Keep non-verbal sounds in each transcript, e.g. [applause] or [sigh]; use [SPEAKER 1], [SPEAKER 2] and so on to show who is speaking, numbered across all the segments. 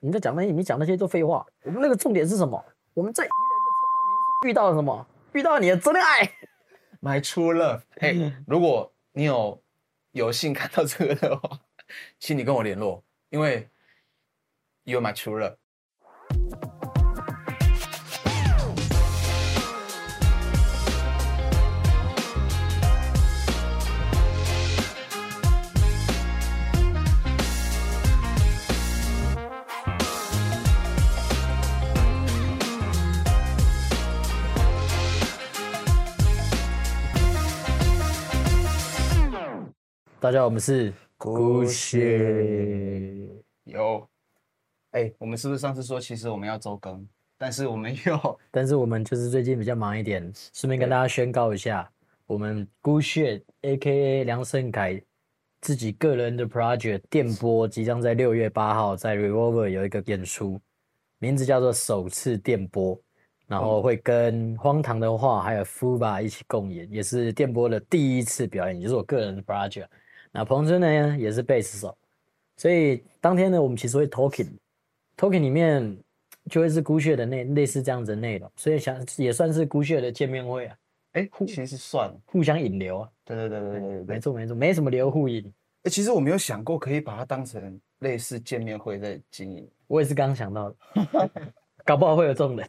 [SPEAKER 1] 你在讲那些，你讲那些都废话。我们那个重点是什么？我们在宜人的冲浪民宿遇到了什么？遇到你的真爱。
[SPEAKER 2] My True Love。嘿，
[SPEAKER 1] 嗯
[SPEAKER 2] 如果你有有幸看到这个的话，请你跟我联络，因为 You're My True Love。
[SPEAKER 1] 大家好，我们是
[SPEAKER 2] 故事有。哎、我们是不是上次说，其实我们要周更，但是我们又
[SPEAKER 1] 但是我们就是最近比较忙一点，顺便跟大家宣告一下，我们孤血 A.K.A 梁胜凯自己个人的 project 电波即将在六月八号在 Revolver 有一个演出，名字叫做首次电波，然后会跟荒唐的话还有 Fuba 一起共演，也是电波的第一次表演，也是我个人的 project。那彭真呢也是贝斯手，所以当天呢我们其实会 talking。token 里面就会是孤血的内类似这样子的内容，所以想也算是孤血的见面会啊，
[SPEAKER 2] 哎、其实算了。
[SPEAKER 1] 互相引流啊，
[SPEAKER 2] 对对对对对对对
[SPEAKER 1] 没。错没错，没什么流互引，
[SPEAKER 2] 哎、其实我没有想过可以把它当成类似见面会在经营。
[SPEAKER 1] 我也是刚想到的， [laughs] 搞不好会有这种人。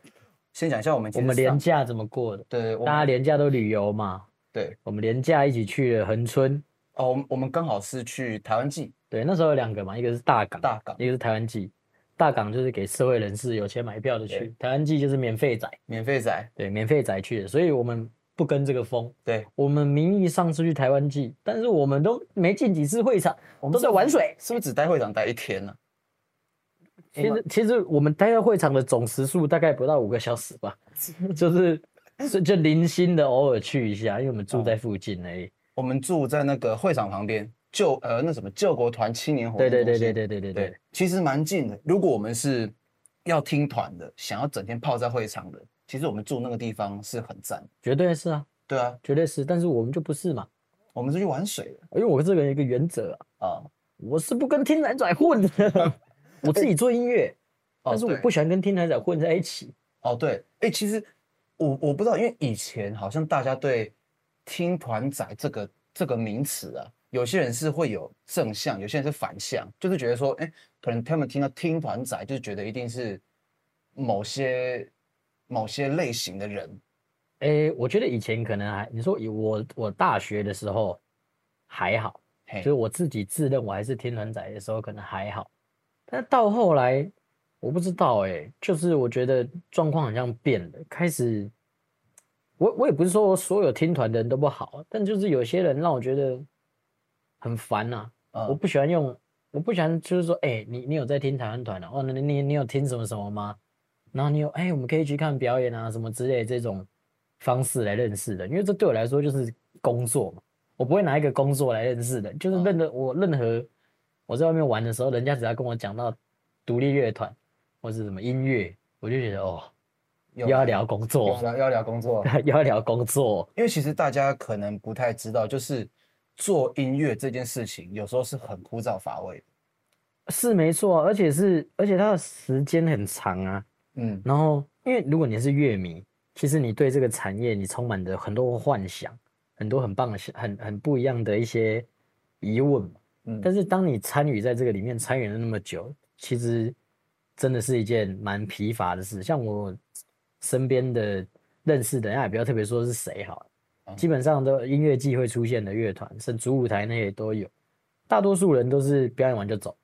[SPEAKER 2] 先讲一下我们其
[SPEAKER 1] 我
[SPEAKER 2] 实
[SPEAKER 1] 们
[SPEAKER 2] 上
[SPEAKER 1] 廉价怎么过的？
[SPEAKER 2] 对对，我
[SPEAKER 1] 大家
[SPEAKER 2] 们
[SPEAKER 1] 廉价都旅游嘛，
[SPEAKER 2] 对
[SPEAKER 1] 我们廉价一起去了恒春，
[SPEAKER 2] 哦，我们我们刚好是去台湾记
[SPEAKER 1] 对，那时候有两个嘛，一个是大港，
[SPEAKER 2] 大港
[SPEAKER 1] 一个是台湾记。大港就是给社会人士有钱买票的去
[SPEAKER 2] 对，
[SPEAKER 1] 台湾记就是免费仔，
[SPEAKER 2] 免费仔，
[SPEAKER 1] 对，免费仔去的，所以我们不跟这个风，
[SPEAKER 2] 对，
[SPEAKER 1] 我们名义上是去台湾记，但是我们都没进几次会场，我们都在玩水。
[SPEAKER 2] 是不是只待会长待一天呢、
[SPEAKER 1] 其实其实我们待在会场的总时数大概不到五个小时 [laughs] 吧，就是就就零星的偶尔去一下，因为我们住在附近而已。
[SPEAKER 2] 我们住在那个会场旁边，救呃那什么救国团青年活
[SPEAKER 1] 对对
[SPEAKER 2] 动
[SPEAKER 1] 对
[SPEAKER 2] 中心
[SPEAKER 1] 对对对对哦对
[SPEAKER 2] 对，其实蛮近的。如果我们是要听团的，想要整天泡在会场的，其实我们住那个地方是很赞的。
[SPEAKER 1] 绝对是啊，
[SPEAKER 2] 对啊，
[SPEAKER 1] 绝对是。但是我们就不是嘛，
[SPEAKER 2] 我们是去玩水的
[SPEAKER 1] 因为我这个人有一个原则啊、
[SPEAKER 2] 啊。
[SPEAKER 1] 我是不跟听奶仔混的， [laughs] 我自己做音乐，
[SPEAKER 2] 哦
[SPEAKER 1] 但是我
[SPEAKER 2] 对
[SPEAKER 1] 不喜欢跟听奶仔混在一起。
[SPEAKER 2] 哦，对，哎、其实我我不知道，因为以前好像大家对“听团仔”这个这个名词啊，有些人是会有正向，有些人是反向，就是觉得说，哎、可能他们听到“听团仔”，就是觉得一定是某些某些类型的人。
[SPEAKER 1] 诶，我觉得以前可能还，你说以我我大学的时候还好，
[SPEAKER 2] 嘿
[SPEAKER 1] 就是我自己自认我还是天团仔的时候，可能还好，但是到后来我不知道哎、就是我觉得状况好像变了，开始我我也不是说我所有听团的人都不好，啊但就是有些人让我觉得很烦啊呐、
[SPEAKER 2] 嗯
[SPEAKER 1] 我不喜欢用，我不喜欢就是说，哎、你你有在听台湾团啊？哦，那你你你有听什么什么吗？然后你有哎、我们可以去看表演啊，什么之类的这种方式来认识的，因为这对我来说就是工作嘛，我不会拿一个工作来认识的，就是
[SPEAKER 2] 嗯
[SPEAKER 1] 任何、我任何我在外面玩的时候，人家只要跟我讲到独立乐团或是什么音乐，我就觉得哦，
[SPEAKER 2] 有
[SPEAKER 1] 又要聊工
[SPEAKER 2] 有
[SPEAKER 1] 作，
[SPEAKER 2] 聊要聊工作，
[SPEAKER 1] [laughs] 又要聊工作，
[SPEAKER 2] 因为其实大家可能不太知道，就是做音乐这件事情有时候是很枯燥乏味的。
[SPEAKER 1] 是没错啊，而且是而且它的时间很长啊，
[SPEAKER 2] 嗯，
[SPEAKER 1] 然后，因为如果你是乐迷，其实你对这个产业你充满着很多幻想，很多很棒的想、很很不一样的一些疑问嘛。
[SPEAKER 2] 嗯
[SPEAKER 1] 但是当你参与在这个里面参与了那么久，其实真的是一件蛮疲乏的事。像我身边的认识的人，也不要特别说是谁好了
[SPEAKER 2] 嗯
[SPEAKER 1] 基本上都音乐季会出现的乐团，甚至主舞台那些都有。大多数人都是表演完就走，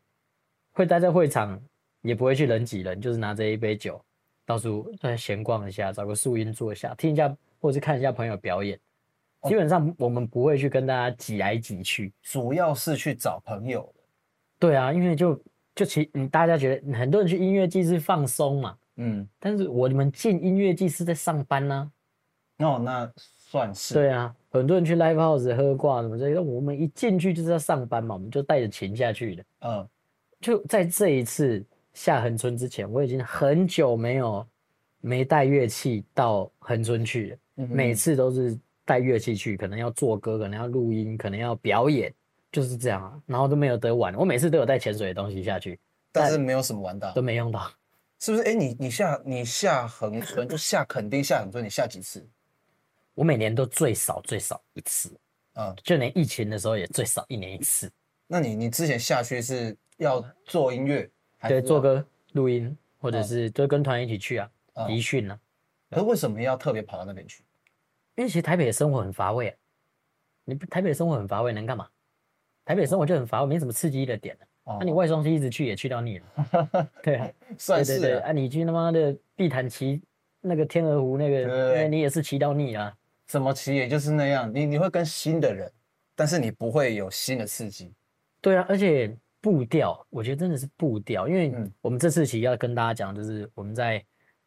[SPEAKER 1] 会待在会场，也不会去人挤人，就是拿着一杯酒，到处呃闲逛一下，找个树荫坐下，听一下或者是看一下朋友表演。
[SPEAKER 2] 哦
[SPEAKER 1] 基本上我们不会去跟大家挤来挤去。
[SPEAKER 2] 主要是去找朋友。
[SPEAKER 1] 对啊，因为就就其嗯大家觉得很多人去音乐季是放松嘛，
[SPEAKER 2] 嗯，
[SPEAKER 1] 但是我们进音乐季是在上班呢、
[SPEAKER 2] 哦，那算是。
[SPEAKER 1] 对啊，很多人去 live house 喝挂什么之类的，我们一进去就是要上班嘛，我们就带着琴下去的。
[SPEAKER 2] 嗯，
[SPEAKER 1] 就在这一次下恒春之前，我已经很久没有没带乐器到恒春去了。
[SPEAKER 2] 嗯哼
[SPEAKER 1] 每次都是带乐器去，可能要做歌，可能要录音，可能要表演，就是这样啊。然后都没有得玩，我每次都有带潜水的东西下去，
[SPEAKER 2] 但是没有什么玩到
[SPEAKER 1] 都，没用到。
[SPEAKER 2] 是不是？哎，你你下你下横村就下垦丁下横村，你下几次？
[SPEAKER 1] 我每年都最少最少一次，
[SPEAKER 2] 嗯，
[SPEAKER 1] 就连疫情的时候也最少一年一次。
[SPEAKER 2] 那你你之前下去是要做音乐，还
[SPEAKER 1] 对，
[SPEAKER 2] 是
[SPEAKER 1] 做
[SPEAKER 2] 要？
[SPEAKER 1] 个录音，或者
[SPEAKER 2] 嗯
[SPEAKER 1] 是就跟团一起去啊，
[SPEAKER 2] 嗯
[SPEAKER 1] 集训啊。
[SPEAKER 2] 可是为什么要特别跑到那边去？
[SPEAKER 1] 因为其实台北的生活很乏味、啊，你不台北的生活很乏味，能干嘛？台北的生活就很乏味，没什么刺激的点、啊。
[SPEAKER 2] 哦
[SPEAKER 1] 那、你外双溪一直去也去到腻
[SPEAKER 2] [laughs]
[SPEAKER 1] 了，对啊，
[SPEAKER 2] 算
[SPEAKER 1] 对
[SPEAKER 2] 是
[SPEAKER 1] 对对
[SPEAKER 2] 啊
[SPEAKER 1] 啊，你去他妈的碧潭骑那个天鹅湖那个，
[SPEAKER 2] 对对对
[SPEAKER 1] 那你也是骑到腻啊。
[SPEAKER 2] 怎么骑也就是那样，你你会跟新的人，但是你不会有新的刺激。
[SPEAKER 1] 对啊，而且步调，我觉得真的是步调，因为
[SPEAKER 2] 嗯
[SPEAKER 1] 我们这次其实要跟大家讲，就是我们在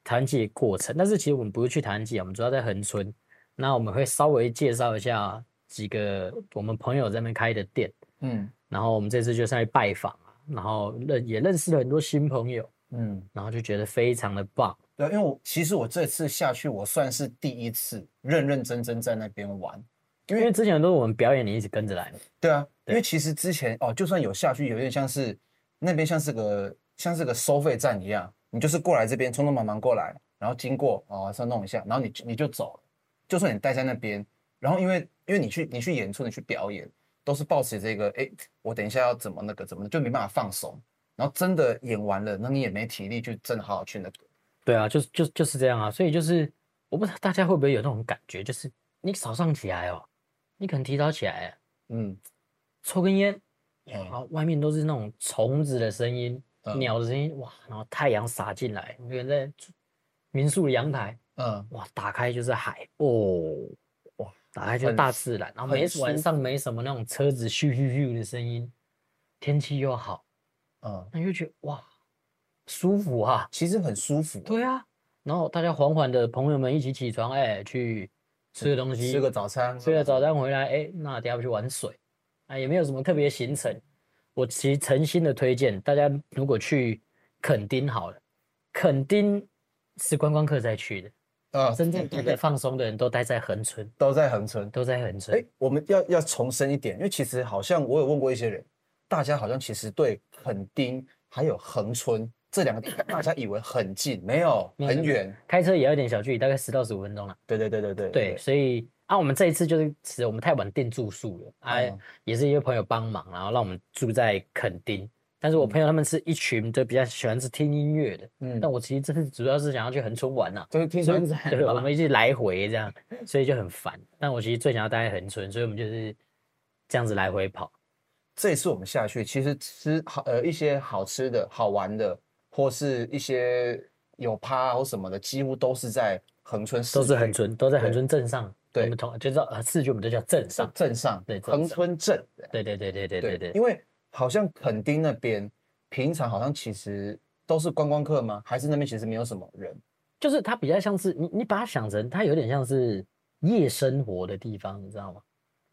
[SPEAKER 1] 台湾季的过程，但是其实我们不是去台湾季啊，我们主要在恒春，那我们会稍微介绍一下几个我们朋友在那边开的店，
[SPEAKER 2] 嗯
[SPEAKER 1] 然后我们这次就上去拜访啊，然后认也认识了很多新朋友，
[SPEAKER 2] 嗯，
[SPEAKER 1] 然后就觉得非常的棒，
[SPEAKER 2] 对，因为我其实我这次下去，我算是第一次认认真真在那边玩。
[SPEAKER 1] 因为之前都是我们表演，你一直跟着来嘛，
[SPEAKER 2] 对啊，
[SPEAKER 1] 对
[SPEAKER 2] 因为其实之前哦，就算有下去，有点像是那边像是个像是个收费站一样，你就是过来这边匆匆忙忙过来，然后经过哦稍微弄一下，然后你就你就走了。就算你待在那边，然后因为因为你去你去演出，你去表演，都是抱持这个哎，我等一下要怎么那个怎么的，就没办法放松。然后真的演完了，那你也没体力去真的好好去那个。
[SPEAKER 1] 对啊，就是就就是这样啊，所以就是我不知道大家会不会有那种感觉，就是你早上起来哦，你可能提早起来啊
[SPEAKER 2] 嗯，
[SPEAKER 1] 抽根烟，
[SPEAKER 2] 嗯
[SPEAKER 1] 然后外面都是那种虫子的声音、
[SPEAKER 2] 嗯
[SPEAKER 1] 鸟的声音，哇，然后太阳洒进来，你可能在住民宿的阳台，
[SPEAKER 2] 嗯，
[SPEAKER 1] 哇，打开就是海哦，哇，打开就是
[SPEAKER 2] 很
[SPEAKER 1] 大自然，然后
[SPEAKER 2] 很
[SPEAKER 1] 没
[SPEAKER 2] 舒
[SPEAKER 1] 晚上没什么那种车子咻咻咻的声音，天气又好，
[SPEAKER 2] 嗯，
[SPEAKER 1] 那你就觉得哇，舒服啊，
[SPEAKER 2] 其实很舒服。
[SPEAKER 1] 对啊，然后大家缓缓的朋友们一起起床，哎，去吃个东西，
[SPEAKER 2] 啊吃个早餐，
[SPEAKER 1] 吃了早餐回来，哎，那等下去玩水，啊，也没有什么特别行程。我其实诚心的推荐大家，如果去垦丁好了，垦丁是观光客在去的，
[SPEAKER 2] 啊，
[SPEAKER 1] 真正待在放松的人都待在恒春，
[SPEAKER 2] [laughs] 都在横村。
[SPEAKER 1] 都在恒
[SPEAKER 2] 哎、
[SPEAKER 1] 春。
[SPEAKER 2] 我们要要重申一点，因为其实好像我有问过一些人，大家好像其实对垦丁还有恒春这两个地方，大家以为很近，没有，
[SPEAKER 1] 没有
[SPEAKER 2] 很
[SPEAKER 1] 没有
[SPEAKER 2] 远。
[SPEAKER 1] 开车也要一点小距离，大概十到十五分钟了。
[SPEAKER 2] 对对对对对
[SPEAKER 1] 对，所以啊，我们这一次就是，其实我们太晚订住宿了，啊，
[SPEAKER 2] 嗯
[SPEAKER 1] 也是一些朋友帮忙，然后让我们住在垦丁。但是我朋友他们是一群就比较喜欢是听音乐的，
[SPEAKER 2] 嗯
[SPEAKER 1] 但我其实这次主要是想要去恒春玩呐、啊
[SPEAKER 2] 就是听
[SPEAKER 1] 所以
[SPEAKER 2] 说在
[SPEAKER 1] 对，我们一直来回这样，所以就很烦。但我其实最想要待在恒春，所以我们就是这样子来回跑。
[SPEAKER 2] [laughs] 这一次我们下去，其实吃好呃一些好吃的、好玩的，或是一些有趴或什么的，几乎都是在恒春市，
[SPEAKER 1] 都是恒春，都在恒
[SPEAKER 2] 对
[SPEAKER 1] 春镇上。
[SPEAKER 2] 对
[SPEAKER 1] 我们同就叫呃市区，我们都叫镇上。
[SPEAKER 2] 镇上，
[SPEAKER 1] 对镇
[SPEAKER 2] 恒
[SPEAKER 1] 上
[SPEAKER 2] 春镇。
[SPEAKER 1] 对对对对对对对
[SPEAKER 2] 因。为好像垦丁那边平常好像其实都是观光客吗？还是那边其实没有什么人？
[SPEAKER 1] 就是它比较像是你，你把它想成它有点像是夜生活的地方，你知道吗？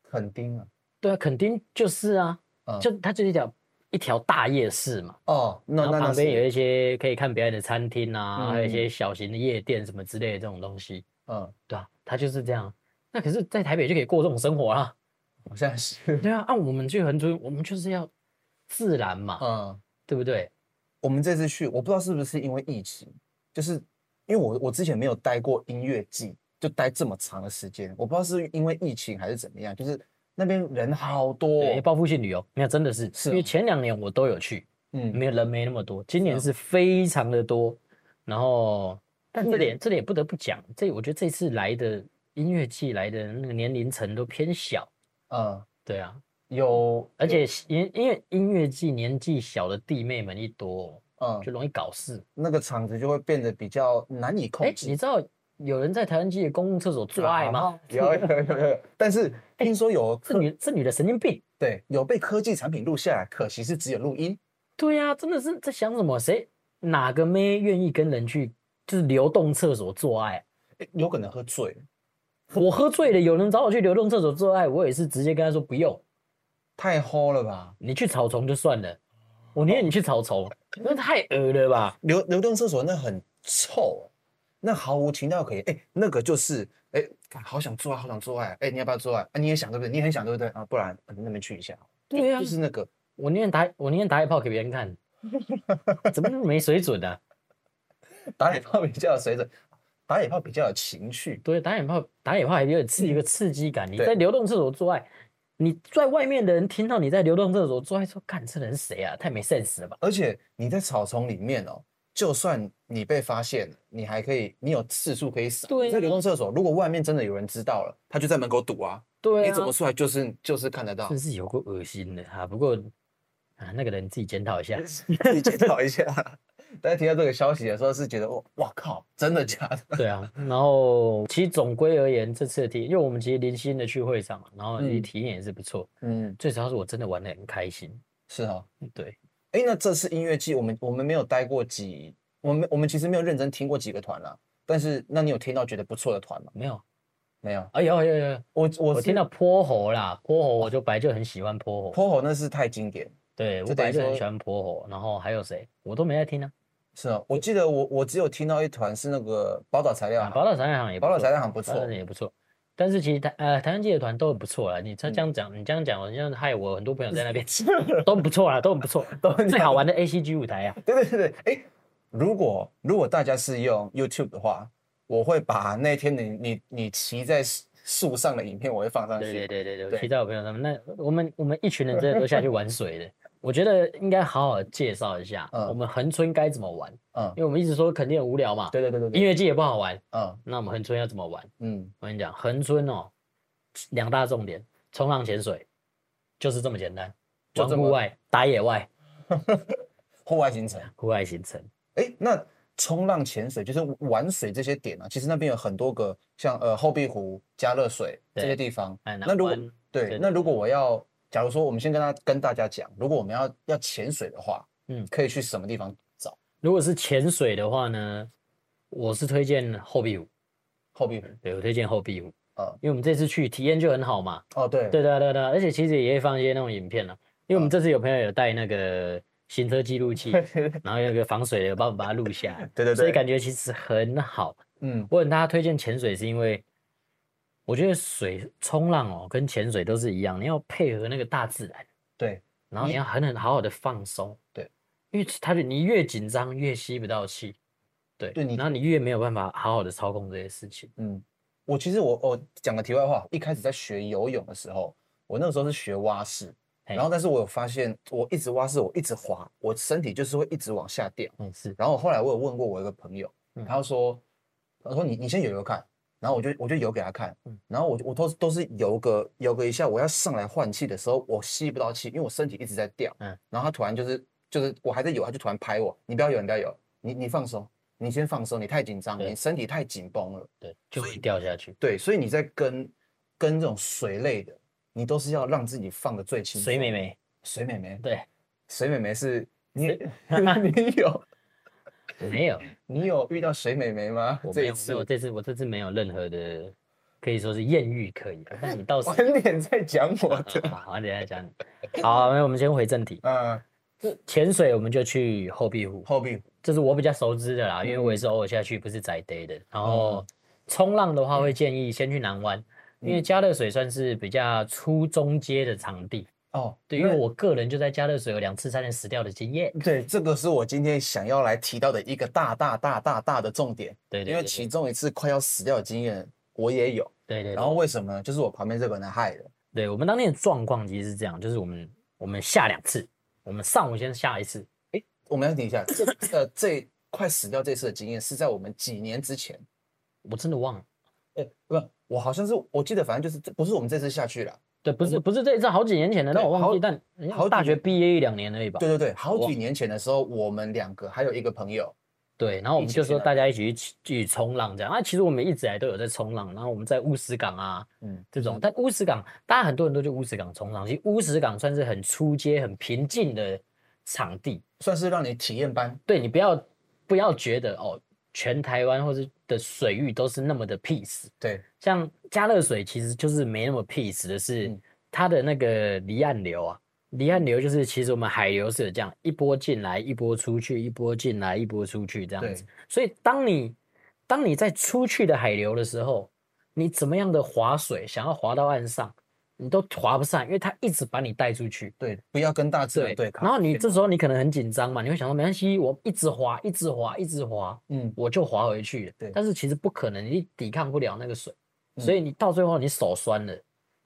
[SPEAKER 2] 垦丁啊，
[SPEAKER 1] 对啊，垦丁就是啊，
[SPEAKER 2] 嗯
[SPEAKER 1] 就它就是一条一条大夜市嘛，
[SPEAKER 2] 哦，那
[SPEAKER 1] 然后
[SPEAKER 2] 那
[SPEAKER 1] 旁
[SPEAKER 2] 那
[SPEAKER 1] 边
[SPEAKER 2] 是
[SPEAKER 1] 有一些可以看表演的餐厅啊，还有一些
[SPEAKER 2] 嗯
[SPEAKER 1] 小型的夜店什么之类的这种东西，
[SPEAKER 2] 嗯，
[SPEAKER 1] 对啊，它就是这样。那可是，在台北就可以过这种生活啊啦。
[SPEAKER 2] 好像是
[SPEAKER 1] 对啊，按、我们去恒春，我们就是要自然嘛，
[SPEAKER 2] 嗯。
[SPEAKER 1] 对不对？
[SPEAKER 2] 我们这次去，我不知道是不是因为疫情，就是因为我我之前没有待过音乐季，就待这么长的时间，我不知道是因为疫情还是怎么样，就是那边人好多
[SPEAKER 1] 对，，报复性旅游，那真的是，
[SPEAKER 2] 是
[SPEAKER 1] 因为
[SPEAKER 2] 哦
[SPEAKER 1] 前两年我都有去，
[SPEAKER 2] 嗯，
[SPEAKER 1] 没有人没那么多，今年
[SPEAKER 2] 哦
[SPEAKER 1] 是非常的多。然后，但
[SPEAKER 2] 今
[SPEAKER 1] 这里也
[SPEAKER 2] 年
[SPEAKER 1] 这里也不得不讲，这我觉得这次来的音乐季来的那个年龄层都偏小，
[SPEAKER 2] 嗯，
[SPEAKER 1] 对啊，
[SPEAKER 2] 有，
[SPEAKER 1] 而且因因为音乐季年纪小的弟妹们一多，
[SPEAKER 2] 嗯，
[SPEAKER 1] 就容易搞事。
[SPEAKER 2] 那个场子就会变得比较难以控
[SPEAKER 1] 哎，
[SPEAKER 2] 制
[SPEAKER 1] 你。知道有人在台湾季的公共厕所做爱吗？
[SPEAKER 2] [laughs] 有有有有有，但是听说有
[SPEAKER 1] 这女这女的神经病。
[SPEAKER 2] 对有被科技产品录下来，可惜是只有录音。
[SPEAKER 1] 对呀、真的是在想什么？谁哪个妹愿意跟人去就是流动厕所做爱？
[SPEAKER 2] 诶有可能喝醉了，
[SPEAKER 1] 我喝醉了，有人找我去流动厕所做爱，我也是直接跟他说不用，
[SPEAKER 2] 太齁了吧？
[SPEAKER 1] 你去草丛就算了，我宁愿你去草丛，那太恶了吧？
[SPEAKER 2] 流流动厕所那很臭，那毫无情调可言。哎、那个就是哎、干好想做爱，好想做爱。哎、你要不要做爱？啊，你也想对不对？你很想对不对？啊，不然、呃那边去一下，
[SPEAKER 1] [laughs] 对呀、
[SPEAKER 2] 就是那个
[SPEAKER 1] [laughs] 我宁愿打我宁愿打野炮给别人看，怎么那么没水准啊呢、
[SPEAKER 2] 打野炮比较有水准，打野炮比较有情趣。
[SPEAKER 1] 对，打野炮，打野炮还有点刺一个刺激感。你
[SPEAKER 2] 对
[SPEAKER 1] 在流动厕所做爱，你在外面的人听到你在流动厕所做爱，说：“看这人谁啊？太没 sense 了吧
[SPEAKER 2] 而且你在草丛里面哦，就算你被发现了，你还可以，你有次数可以闪。
[SPEAKER 1] 对啊
[SPEAKER 2] 你在流动厕所，如果外面真的有人知道了，他就在门口堵啊，！”
[SPEAKER 1] 对啊，
[SPEAKER 2] 你怎么出来就是就是看得到
[SPEAKER 1] 真，是有够恶心的哈、啊。不过啊，那个人自己检讨一下。
[SPEAKER 2] 自己检讨一下。大家听到这个消息的时候，是觉得哇哇靠，真的假的？
[SPEAKER 1] 对啊，然后其实总归而言，这次的体验，因为我们其实零星的去会场嘛，然后其实
[SPEAKER 2] 嗯
[SPEAKER 1] 体验也是不错。
[SPEAKER 2] 嗯，
[SPEAKER 1] 最主要是我真的玩的很开心。
[SPEAKER 2] [laughs] 是哦。
[SPEAKER 1] 对，
[SPEAKER 2] 哎，那这次音乐季，我们我们没有待过几，我们我们其实没有认真听过几个团啦。但是，那你有听到觉得不错的团吗？
[SPEAKER 1] 没有
[SPEAKER 2] 没有，
[SPEAKER 1] 啊，有有有，
[SPEAKER 2] 我我
[SPEAKER 1] 我
[SPEAKER 2] 是
[SPEAKER 1] 听到泼猴啦，泼猴我就本来就很喜欢泼猴。
[SPEAKER 2] 泼猴那是太经典，
[SPEAKER 1] 对，
[SPEAKER 2] 就
[SPEAKER 1] 我
[SPEAKER 2] 等
[SPEAKER 1] 本
[SPEAKER 2] 于
[SPEAKER 1] 来就很
[SPEAKER 2] 说
[SPEAKER 1] 喜欢泼猴，然后还有谁，我都没在听啊。
[SPEAKER 2] 是哦。我记得我我只有听到一团是那个宝岛材料
[SPEAKER 1] 啊，
[SPEAKER 2] 行，
[SPEAKER 1] 宝岛展览行也不
[SPEAKER 2] 宝岛
[SPEAKER 1] 错
[SPEAKER 2] 材料行不
[SPEAKER 1] 宝岛
[SPEAKER 2] 错
[SPEAKER 1] 展，也不错。但是其实台呃台湾记的团都很不错啦，你
[SPEAKER 2] 嗯
[SPEAKER 1] 这样讲，你这样讲，我这样害我很多朋友在那边都很不错啦，啊 [laughs] 都很不错，
[SPEAKER 2] 都很
[SPEAKER 1] 最好玩的 A C G 舞台啊，
[SPEAKER 2] [laughs] 对对对对，哎，如果如果大家是用 YouTube 的话，我会把那天你你你骑在树树上的影片，我会放上去。
[SPEAKER 1] 对对对对对，我
[SPEAKER 2] 对
[SPEAKER 1] 期待我朋友他们。那我们我们一群人真的都下去玩水的， [laughs] 我觉得应该好好介绍一下
[SPEAKER 2] 嗯
[SPEAKER 1] 我们恒春该怎么玩，
[SPEAKER 2] 嗯
[SPEAKER 1] 因，为我们一直说肯定很无聊嘛，
[SPEAKER 2] 对对对对
[SPEAKER 1] 音
[SPEAKER 2] 对，
[SPEAKER 1] 乐季也不好玩，
[SPEAKER 2] 嗯
[SPEAKER 1] 那我们恒春要怎么玩？
[SPEAKER 2] 嗯，
[SPEAKER 1] 我跟你讲，恒春哦，两大重点：冲浪、潜水，就是这么简单。
[SPEAKER 2] 就
[SPEAKER 1] 玩
[SPEAKER 2] 这
[SPEAKER 1] 户
[SPEAKER 2] 么
[SPEAKER 1] 外、打野外、
[SPEAKER 2] 户外行程。
[SPEAKER 1] 户外行程。
[SPEAKER 2] 哎，那冲浪、潜水就是玩水这些点啊，其实那边有很多个，像呃后壁湖、加热水这些
[SPEAKER 1] 对
[SPEAKER 2] 地方。
[SPEAKER 1] 哎，
[SPEAKER 2] 那如果
[SPEAKER 1] 南湾对
[SPEAKER 2] 对，那如果我要，假如说我们先跟他跟大家讲，如果我们要要潜水的话，
[SPEAKER 1] 嗯
[SPEAKER 2] 嗯，可以去什么地方找
[SPEAKER 1] 如果是潜水的话呢，我是推荐后壁湖，
[SPEAKER 2] 后壁湖？
[SPEAKER 1] 对我推荐后壁湖，
[SPEAKER 2] 呃，
[SPEAKER 1] 因为我们这次去体验就很好嘛。
[SPEAKER 2] 哦，对， [laughs]
[SPEAKER 1] 对对对对，而且其实也会放一些那种影片了、啊因为我
[SPEAKER 2] 哦
[SPEAKER 1] 们这次有朋友有带那个行车记录
[SPEAKER 2] [laughs]
[SPEAKER 1] 器，然后有一个防水的，帮我们把它录下来，
[SPEAKER 2] 对对
[SPEAKER 1] 所以
[SPEAKER 2] 对
[SPEAKER 1] 感觉其实很好。
[SPEAKER 2] 嗯，
[SPEAKER 1] 我很大家推荐潜水，是因为我觉得水冲浪哦，跟潜水都是一样，你要配合那个大自然，
[SPEAKER 2] 对，
[SPEAKER 1] 然后你
[SPEAKER 2] 你
[SPEAKER 1] 要狠狠好好的放松。
[SPEAKER 2] 对，
[SPEAKER 1] 因为它就你越紧张越吸不到气，对，
[SPEAKER 2] 对你
[SPEAKER 1] 然后你越没有办法好好的操控这些事情。
[SPEAKER 2] 嗯，我其实我我讲个题外话，一开始在学游泳的时候，我那个时候是学蛙式，
[SPEAKER 1] 嘿
[SPEAKER 2] 然后但是我有发现，我一直蛙式，我一直滑，我身体就是会一直往下掉。
[SPEAKER 1] 嗯，是，
[SPEAKER 2] 然后后来我有问过我一个朋友，
[SPEAKER 1] 嗯
[SPEAKER 2] 他说，他说你你先游游看，然后我就我就游给他看
[SPEAKER 1] 嗯，
[SPEAKER 2] 然后我我都都是游个游个一下，我要上来换气的时候，我吸不到气，因为我身体一直在掉，
[SPEAKER 1] 嗯
[SPEAKER 2] 然后他突然就是就是我还在游，他就突然拍我，你不要游，你不要游，你你放松，你先放松，你太紧张，
[SPEAKER 1] 对
[SPEAKER 2] 你身体太紧绷了，
[SPEAKER 1] 对，就
[SPEAKER 2] 所
[SPEAKER 1] 会
[SPEAKER 2] 以
[SPEAKER 1] 掉下去。
[SPEAKER 2] 对，所以你在跟跟这种水类的，你都是要让自己放的最轻松，
[SPEAKER 1] 水美眉，
[SPEAKER 2] 水美眉，
[SPEAKER 1] 对，
[SPEAKER 2] 水美眉是你
[SPEAKER 1] 水
[SPEAKER 2] [laughs] 你有。
[SPEAKER 1] 没有，
[SPEAKER 2] 你有遇到水美眉吗？
[SPEAKER 1] [laughs] 我
[SPEAKER 2] 这
[SPEAKER 1] 没有，没
[SPEAKER 2] 一
[SPEAKER 1] 有，
[SPEAKER 2] 次
[SPEAKER 1] 这次我这次没有任何的，可以说是艳遇可以啊，但你 [laughs]
[SPEAKER 2] [laughs]
[SPEAKER 1] 倒是，
[SPEAKER 2] 晚点再讲我 [laughs] 的。
[SPEAKER 1] 好，等一下讲你。好，那我们先回正题。
[SPEAKER 2] 嗯，
[SPEAKER 1] 潜水我们就去后壁湖，
[SPEAKER 2] 后壁
[SPEAKER 1] 这是我比较熟知的啦，因为
[SPEAKER 2] 嗯哦
[SPEAKER 1] 我也是偶尔下去，不是宅 day 的。然后冲浪的话，
[SPEAKER 2] 嗯
[SPEAKER 1] 会建议先去南湾，因为加热水算是比较初中阶的场地。
[SPEAKER 2] 哦，
[SPEAKER 1] 对，因
[SPEAKER 2] 那
[SPEAKER 1] 为我个人就在加热水有两次差点死掉的经验。
[SPEAKER 2] 对这个是我今天想要来提到的一个大大大大大的重点，
[SPEAKER 1] 对对
[SPEAKER 2] 因为
[SPEAKER 1] 对
[SPEAKER 2] 其中一次快要死掉的经验我也有。
[SPEAKER 1] 对对
[SPEAKER 2] 然
[SPEAKER 1] 对，
[SPEAKER 2] 后为什么呢？就是我旁边这个人害的。
[SPEAKER 1] 对我们当天的状况其实是这样，就是我们我们下两次，我们上午先下一次，
[SPEAKER 2] 我们要停一下，这呃这快死掉这次的经验是在我们几年之前，
[SPEAKER 1] 我真的忘了。
[SPEAKER 2] 哎，不，我好像是我记得，反正就是这不是我们这次下去了，
[SPEAKER 1] 对，不是不是这一次，好几年前的，但
[SPEAKER 2] 对
[SPEAKER 1] 我忘
[SPEAKER 2] 好
[SPEAKER 1] 记，但人家
[SPEAKER 2] 好几
[SPEAKER 1] 大学毕业一两年而已吧。
[SPEAKER 2] 对对对，好
[SPEAKER 1] 我
[SPEAKER 2] 几年前的时候，我们两个还有一个朋友，
[SPEAKER 1] 对，然后我
[SPEAKER 2] 一
[SPEAKER 1] 们
[SPEAKER 2] 起
[SPEAKER 1] 就
[SPEAKER 2] 去
[SPEAKER 1] 说
[SPEAKER 2] 那
[SPEAKER 1] 大家一起去去冲浪这样啊。其实我们一直以来都有在冲浪，然后我们在乌石港啊
[SPEAKER 2] 嗯，
[SPEAKER 1] 这种，但乌石港大家很多人都去乌石港冲浪，其实乌石港算是很出街、很平静的场地。
[SPEAKER 2] 算是让你体验班，
[SPEAKER 1] 对你不要不要觉得哦，全台湾或是的水域都是那么的 peace，
[SPEAKER 2] 对，
[SPEAKER 1] 像加热水其实就是没那么 peace 的是
[SPEAKER 2] 嗯，
[SPEAKER 1] 它的那个离岸流啊，离岸流就是其实我们海流是有这样一波进来，一波出去，一波进来，一波出去这样
[SPEAKER 2] 对
[SPEAKER 1] 子。所以当你当你在出去的海流的时候，你怎么样的划水，想要划到岸上，你都划不散，因为他一直把你带出去。
[SPEAKER 2] 对，不要跟大自
[SPEAKER 1] 对，
[SPEAKER 2] 然嗯对抗。
[SPEAKER 1] 然后你这时候你可能很紧张嘛，你会想说没关系，我一直滑，一直滑，一直滑，
[SPEAKER 2] 嗯，
[SPEAKER 1] 我就滑回去了。
[SPEAKER 2] 对
[SPEAKER 1] 但是其实不可能，你抵抗不了那个水，
[SPEAKER 2] 嗯
[SPEAKER 1] 所以你到最后你手酸了，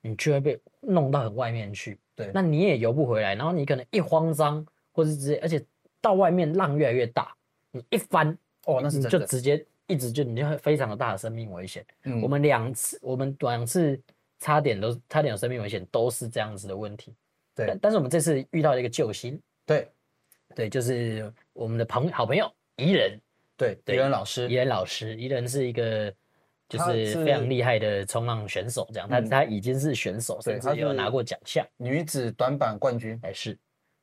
[SPEAKER 1] 你就会被弄到很外面去。
[SPEAKER 2] 对
[SPEAKER 1] 那你也游不回来，然后你可能一慌张，或是直接，而且到外面浪越来越大，你一翻，
[SPEAKER 2] 哦，那是
[SPEAKER 1] 你嗯
[SPEAKER 2] 真
[SPEAKER 1] 就
[SPEAKER 2] 的。
[SPEAKER 1] 直接一直就你就会非常的大的生命危险。
[SPEAKER 2] 嗯
[SPEAKER 1] 我们两次，我们两次差点都差点有生命危险，都是这样子的问题。
[SPEAKER 2] 对
[SPEAKER 1] 但但是我们这次遇到了一个救星，
[SPEAKER 2] 对
[SPEAKER 1] 对，就是我们的朋好朋友怡人，
[SPEAKER 2] 对，
[SPEAKER 1] 对
[SPEAKER 2] 李仁老
[SPEAKER 1] 怡
[SPEAKER 2] 师，
[SPEAKER 1] 人老师，怡人是一个就
[SPEAKER 2] 他
[SPEAKER 1] 是
[SPEAKER 2] 是
[SPEAKER 1] 非常厉害的冲浪选手，这样，他
[SPEAKER 2] 嗯
[SPEAKER 1] 他已经是选手，
[SPEAKER 2] 对
[SPEAKER 1] 甚
[SPEAKER 2] 他
[SPEAKER 1] 至
[SPEAKER 2] 是
[SPEAKER 1] 有拿过奖项，
[SPEAKER 2] 女子短板冠军，
[SPEAKER 1] 还是，